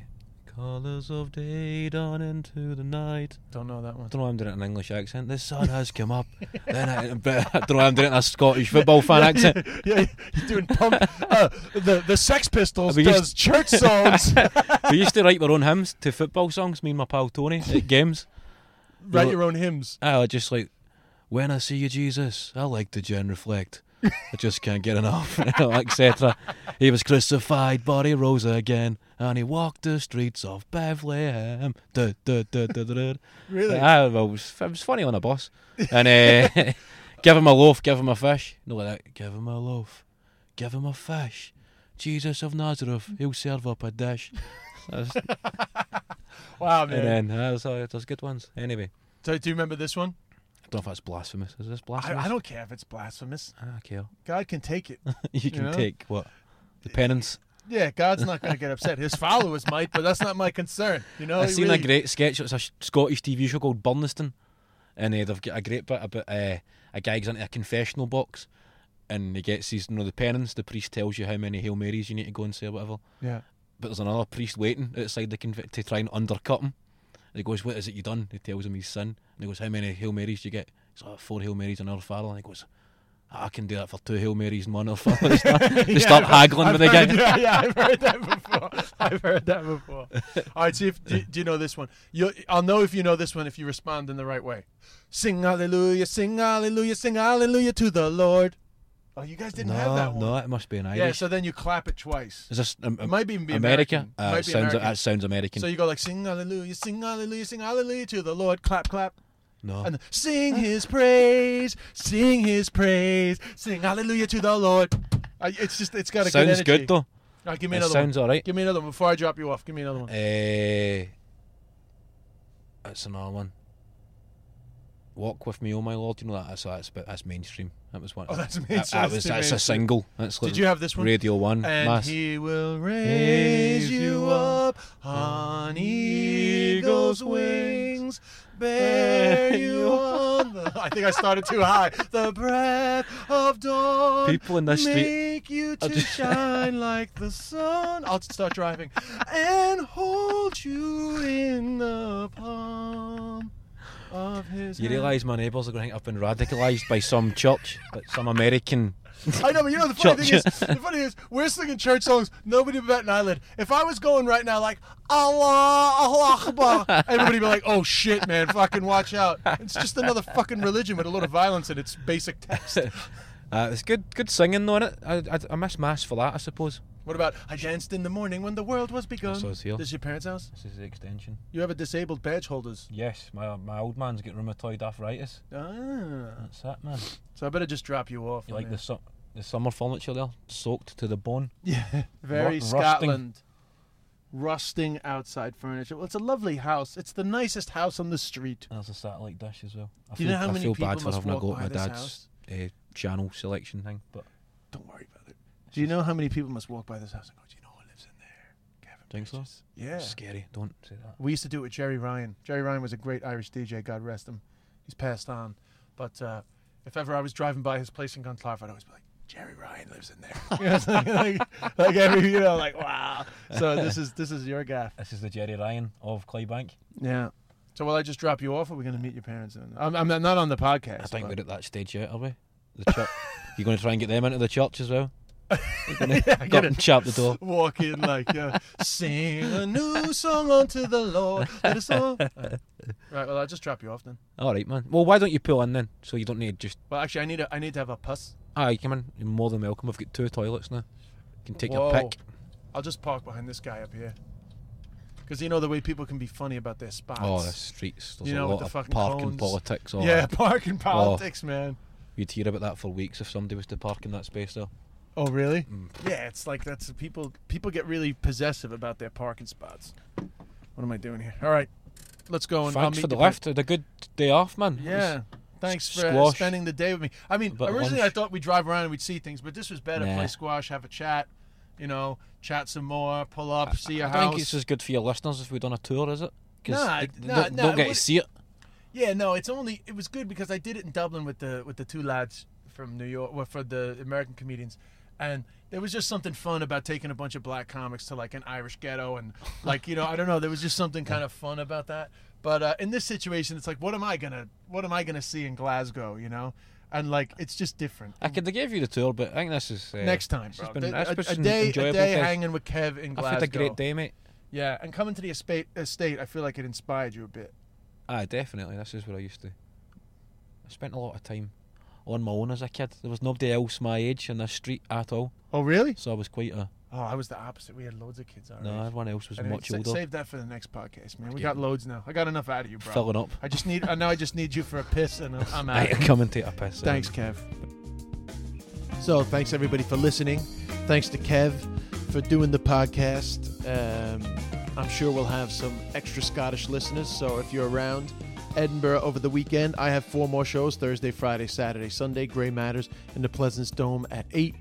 Colours of day dawn into the night.
Don't know that one.
I don't know why I'm doing it in an English accent. The sun has come up. then I, but I don't know why I'm doing it in a Scottish football fan accent.
yeah, you're doing pump. Uh, the the Sex Pistols
We
does
used-
church songs.
we used to write our own hymns to football songs, me and my pal Tony, at games.
Write your own hymns.
I would just like, when I see you, Jesus, I like to gen reflect. I just can't get enough, etc. He was crucified, but he rose again, and he walked the streets of Bethlehem. Duh, duh, duh, duh, duh, duh.
Really?
I, well, it, was, it was funny on a bus. And uh, give him a loaf, give him a fish. No, like that. Give him a loaf, give him a fish. Jesus of Nazareth, he'll serve up a dish. That's-
Wow, man.
and then uh, there's, uh, there's good ones. Anyway,
so, do you remember this one?
I don't know if that's blasphemous. Is this
I,
blasphemous? Ah,
I don't care if it's blasphemous.
I don't care.
God can take it.
you can
know?
take what the penance.
Yeah, God's not going to get upset. His followers might, but that's not my concern. Oh, You know,
I
he
seen
really-
a great sketch. It's a sh- Scottish TV show called Burniston, and uh, they've got a great bit about uh, a guy goes into a confessional box, and he gets his you know the penance. The priest tells you how many Hail Marys you need to go and say or whatever.
Yeah.
But there's another priest waiting outside the conv- to try and undercut him. And he goes, "What is it you done?" He tells him his sin, and he goes, "How many Hail Marys do you get?" He's like, four Hail Marys and another father." And he goes, "Ah, "I can do that for two Hail Marys and one other father." They start, they start haggling
I've
with the
heard,
guy.
yeah, yeah, I've heard that before. I've heard that before. All right, see if do, do you know this one. You, I'll know if you know this one if you respond in the right way. Sing hallelujah, sing hallelujah, sing hallelujah to the Lord. Oh, you guys didn't have that one.
No, no, it must be an Irish.
yeah, so then you clap it twice.
Is this um,
It might even be
America?
American. It might
it
be
sounds
American.
that sounds American.
So you go like sing hallelujah, sing hallelujah, sing hallelujah to the Lord. Clap, clap.
no,
And then, sing his praise, sing his praise, sing hallelujah to the Lord. Uh, it's just it's got a
sounds
good energy.
good though.
All right, give me
It
another
sounds
one.
all right.
Give me another one before I drop you off. Give me another one.
Eh, that's another one. Walk with me, oh my lord. You know that that's that's, but that's mainstream. That was one.
Oh, that's
that-
mainstream,
That,
that's
was
too
that's
mainstream.
a single. That's
Did
like
you have this one?
Radio One.
and
mass.
he will raise you up on eagle's wings, bear you on the. I think I started too high. The breath of dawn.
People in this street
make you to
just-
shine like the sun. I'll start driving and hold you in the palm. of his.
You
hand.
realise my neighbours are going to think I've been radicalised by some church, but some American.
I know, but you know the funny thing is,
Church.
the funny thing is, we're singing church songs. Nobody would bat an eyelid. If I was going right now, like Allah, Allah Akbar, everybody'd be like, "Oh shit, man, fucking watch out!" It's just another fucking religion with a lot of violence in its basic text.
Uh, it's good, good singing though, innit? I, I, I miss mass for that, I suppose.
What about I danced in the morning when the world was begun?
so it's here.
This is your parents' house.
This is the extension.
You have a disabled badge holders.
Yes, my my old man's got rheumatoid arthritis.
Ah,
That's it, man.
so I better just drop you off.
You like
man.
the su- the summer furniture there, soaked to the bone.
Very
Ru- rusting.
Scotland. Rusting outside furniture. Well, it's a lovely house. It's the nicest house on the street.
There's a satellite dish as well. I
Do you know how
I
many
feel
people
bad for
must
having a
walk
go
by
at my
this
dad's
house?
uh, channel selection thing, but
Don't worry about it. Do you know how many people must walk by this house and go, Do you know who lives in there? Gavin.
think so.
Bridges." Yeah.
Scary. Don't say that.
We used to do it with Jerry Ryan. Jerry Ryan was a great Irish DJ, God rest him. He's passed on. But uh, if ever I was driving by his place in Glentarf, I'd always be like, Jerry Ryan lives in there. You know, it's like, like, like every, you know, like wow. So this is this is your gaff.
This is the Jerry Ryan of Clybank.
Yeah. So will I just drop you off? Or are we going to meet your parents? soon? I'm, I'm not on the podcast.
I think
but-
we're at that stage yet, are we? The church. You're going to try and get them into the church as well. You're gonna
I
go
get
up
it.
and chap the door.
Walk in like, uh, sing a new song unto the Lord. Let us all. Right, well, I'll just drop you off then.
All right, man. Well, why don't you pull in then? So you don't need just.
Well, actually, I need a, I need to have a puss.
Ah, you come in. You're more than welcome. I've got two toilets now. You can take
Whoa.
your pick.
I'll just park behind this guy up here. Because you know the way people can be funny about their spots.
Oh, the streets. There's
You know,
a
with
lot
the
of
fucking
parking
cones.
politics. All
yeah,
that. Oh.
parking politics, man.
You'd hear about that for weeks if somebody was to park in that space there.
Oh, really?
Mm.
Yeah, it's like that's people. People get really possessive about their parking spots. What am I doing here? All right, let's go and I'll
Thanks
meet
for the
you-
lift. Had a good day off, man. It was-
Yeah. Thanks for uh,
squash.
spending the day with me. I mean,
bit of
originally I
lunch.
thought we'd drive around and we'd see things, but this was better.
Nah.
Play squash, have a chat, you know, chat some more, pull up, see your
I don't
house.
think it's as good for your listeners if we've done a tour, is it? 'Cause
Nah,
they-
it-
they
nah,
don't,
nah,
don't
it
get to
would-
see it.
Yeah, no, it's only it was good because I did it in Dublin with the with the two lads from New York, well, for the American comedians, and there was just something fun about taking a bunch of black comics to like an Irish ghetto and like you know I don't know there was just something kind of fun about that. But uh, in this situation, it's like what am I gonna what am I gonna see in Glasgow, you know? And like it's just different.
I could have gave you the tour, but I think this is uh,
Next time,
It's
bro.
been,
a,
that's
a
been
day,
enjoyable
a day
days.
hanging with Kev in
I've
Glasgow.
had a great day, mate.
Yeah, and coming to the espa- estate, I feel like it inspired you a bit.
Ah, definitely. This is what I used to. I spent a lot of time on my own as a kid. There was nobody else my age in the street at all,
Oh, really?
so I was quite a.
Oh, I was the opposite. We had loads of kids. Our
No,
age.
everyone else was
Anyway,
much
sa-
older.
Save that for the next podcast, man. We got loads now. I got enough out of you, bro.
Filling up.
I just need. I now I just need you for a piss, and I'm, I'm out.
I come and take a piss. um,
Thanks, Kev.
So thanks everybody for listening. Thanks to Kev for doing the podcast. Um, I'm sure we'll have some extra Scottish listeners. So if you're around Edinburgh over the weekend, I have four more shows Thursday, Friday, Saturday, Sunday. Grey Matters in the Pleasance Dome at eight.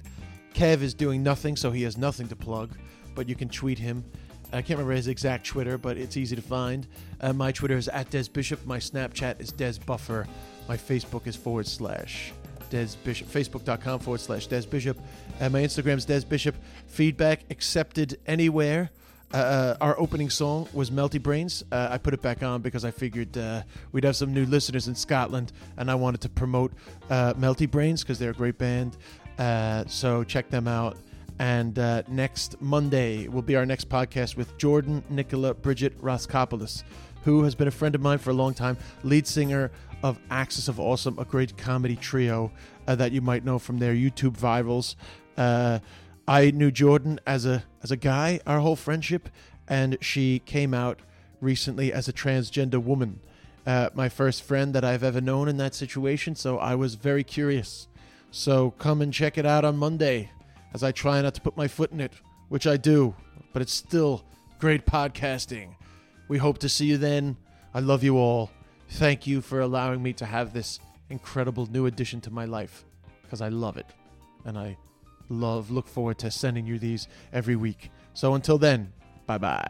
Kev is doing nothing, so he has nothing to plug. But you can tweet him. I can't remember his exact Twitter, but it's easy to find. Uh, my Twitter is at Des Bishop. My Snapchat is Des Buffer. My Facebook is forward slash Des Bishop, facebook.com forward slash Des Bishop. Uh, my Instagram's Des Bishop. Feedback accepted anywhere. Uh, our opening song was Melty Brains. Uh, I put it back on because I figured uh, we'd have some new listeners in Scotland, and I wanted to promote uh, Melty Brains because they're a great band. Uh, so check them out. And uh, next Monday will be our next podcast with Jordan Nicola Bridget Raskopoulos, who has been a friend of mine for a long time, lead singer of Axis of Awesome, a great comedy trio uh, that you might know from their YouTube virals. Uh, I knew Jordan as a as a guy, our whole friendship, and she came out recently as a transgender woman. Uh, my first friend that I've ever known in that situation, so I was very curious. So come and check it out on Monday as I try not to put my foot in it, which I do, but it's still great podcasting. We hope to see you then. I love you all. Thank you for allowing me to have this incredible new addition to my life because I love it and I love look forward to sending you these every week. So until then, bye-bye.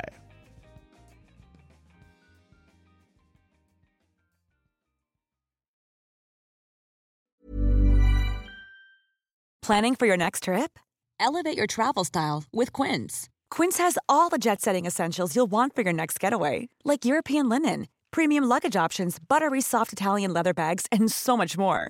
Planning for your next trip?
Elevate your travel style with Quince.
Quince has all the jet setting essentials you'll want for your next getaway, like European linen, premium luggage options, buttery soft Italian leather bags, and so much more.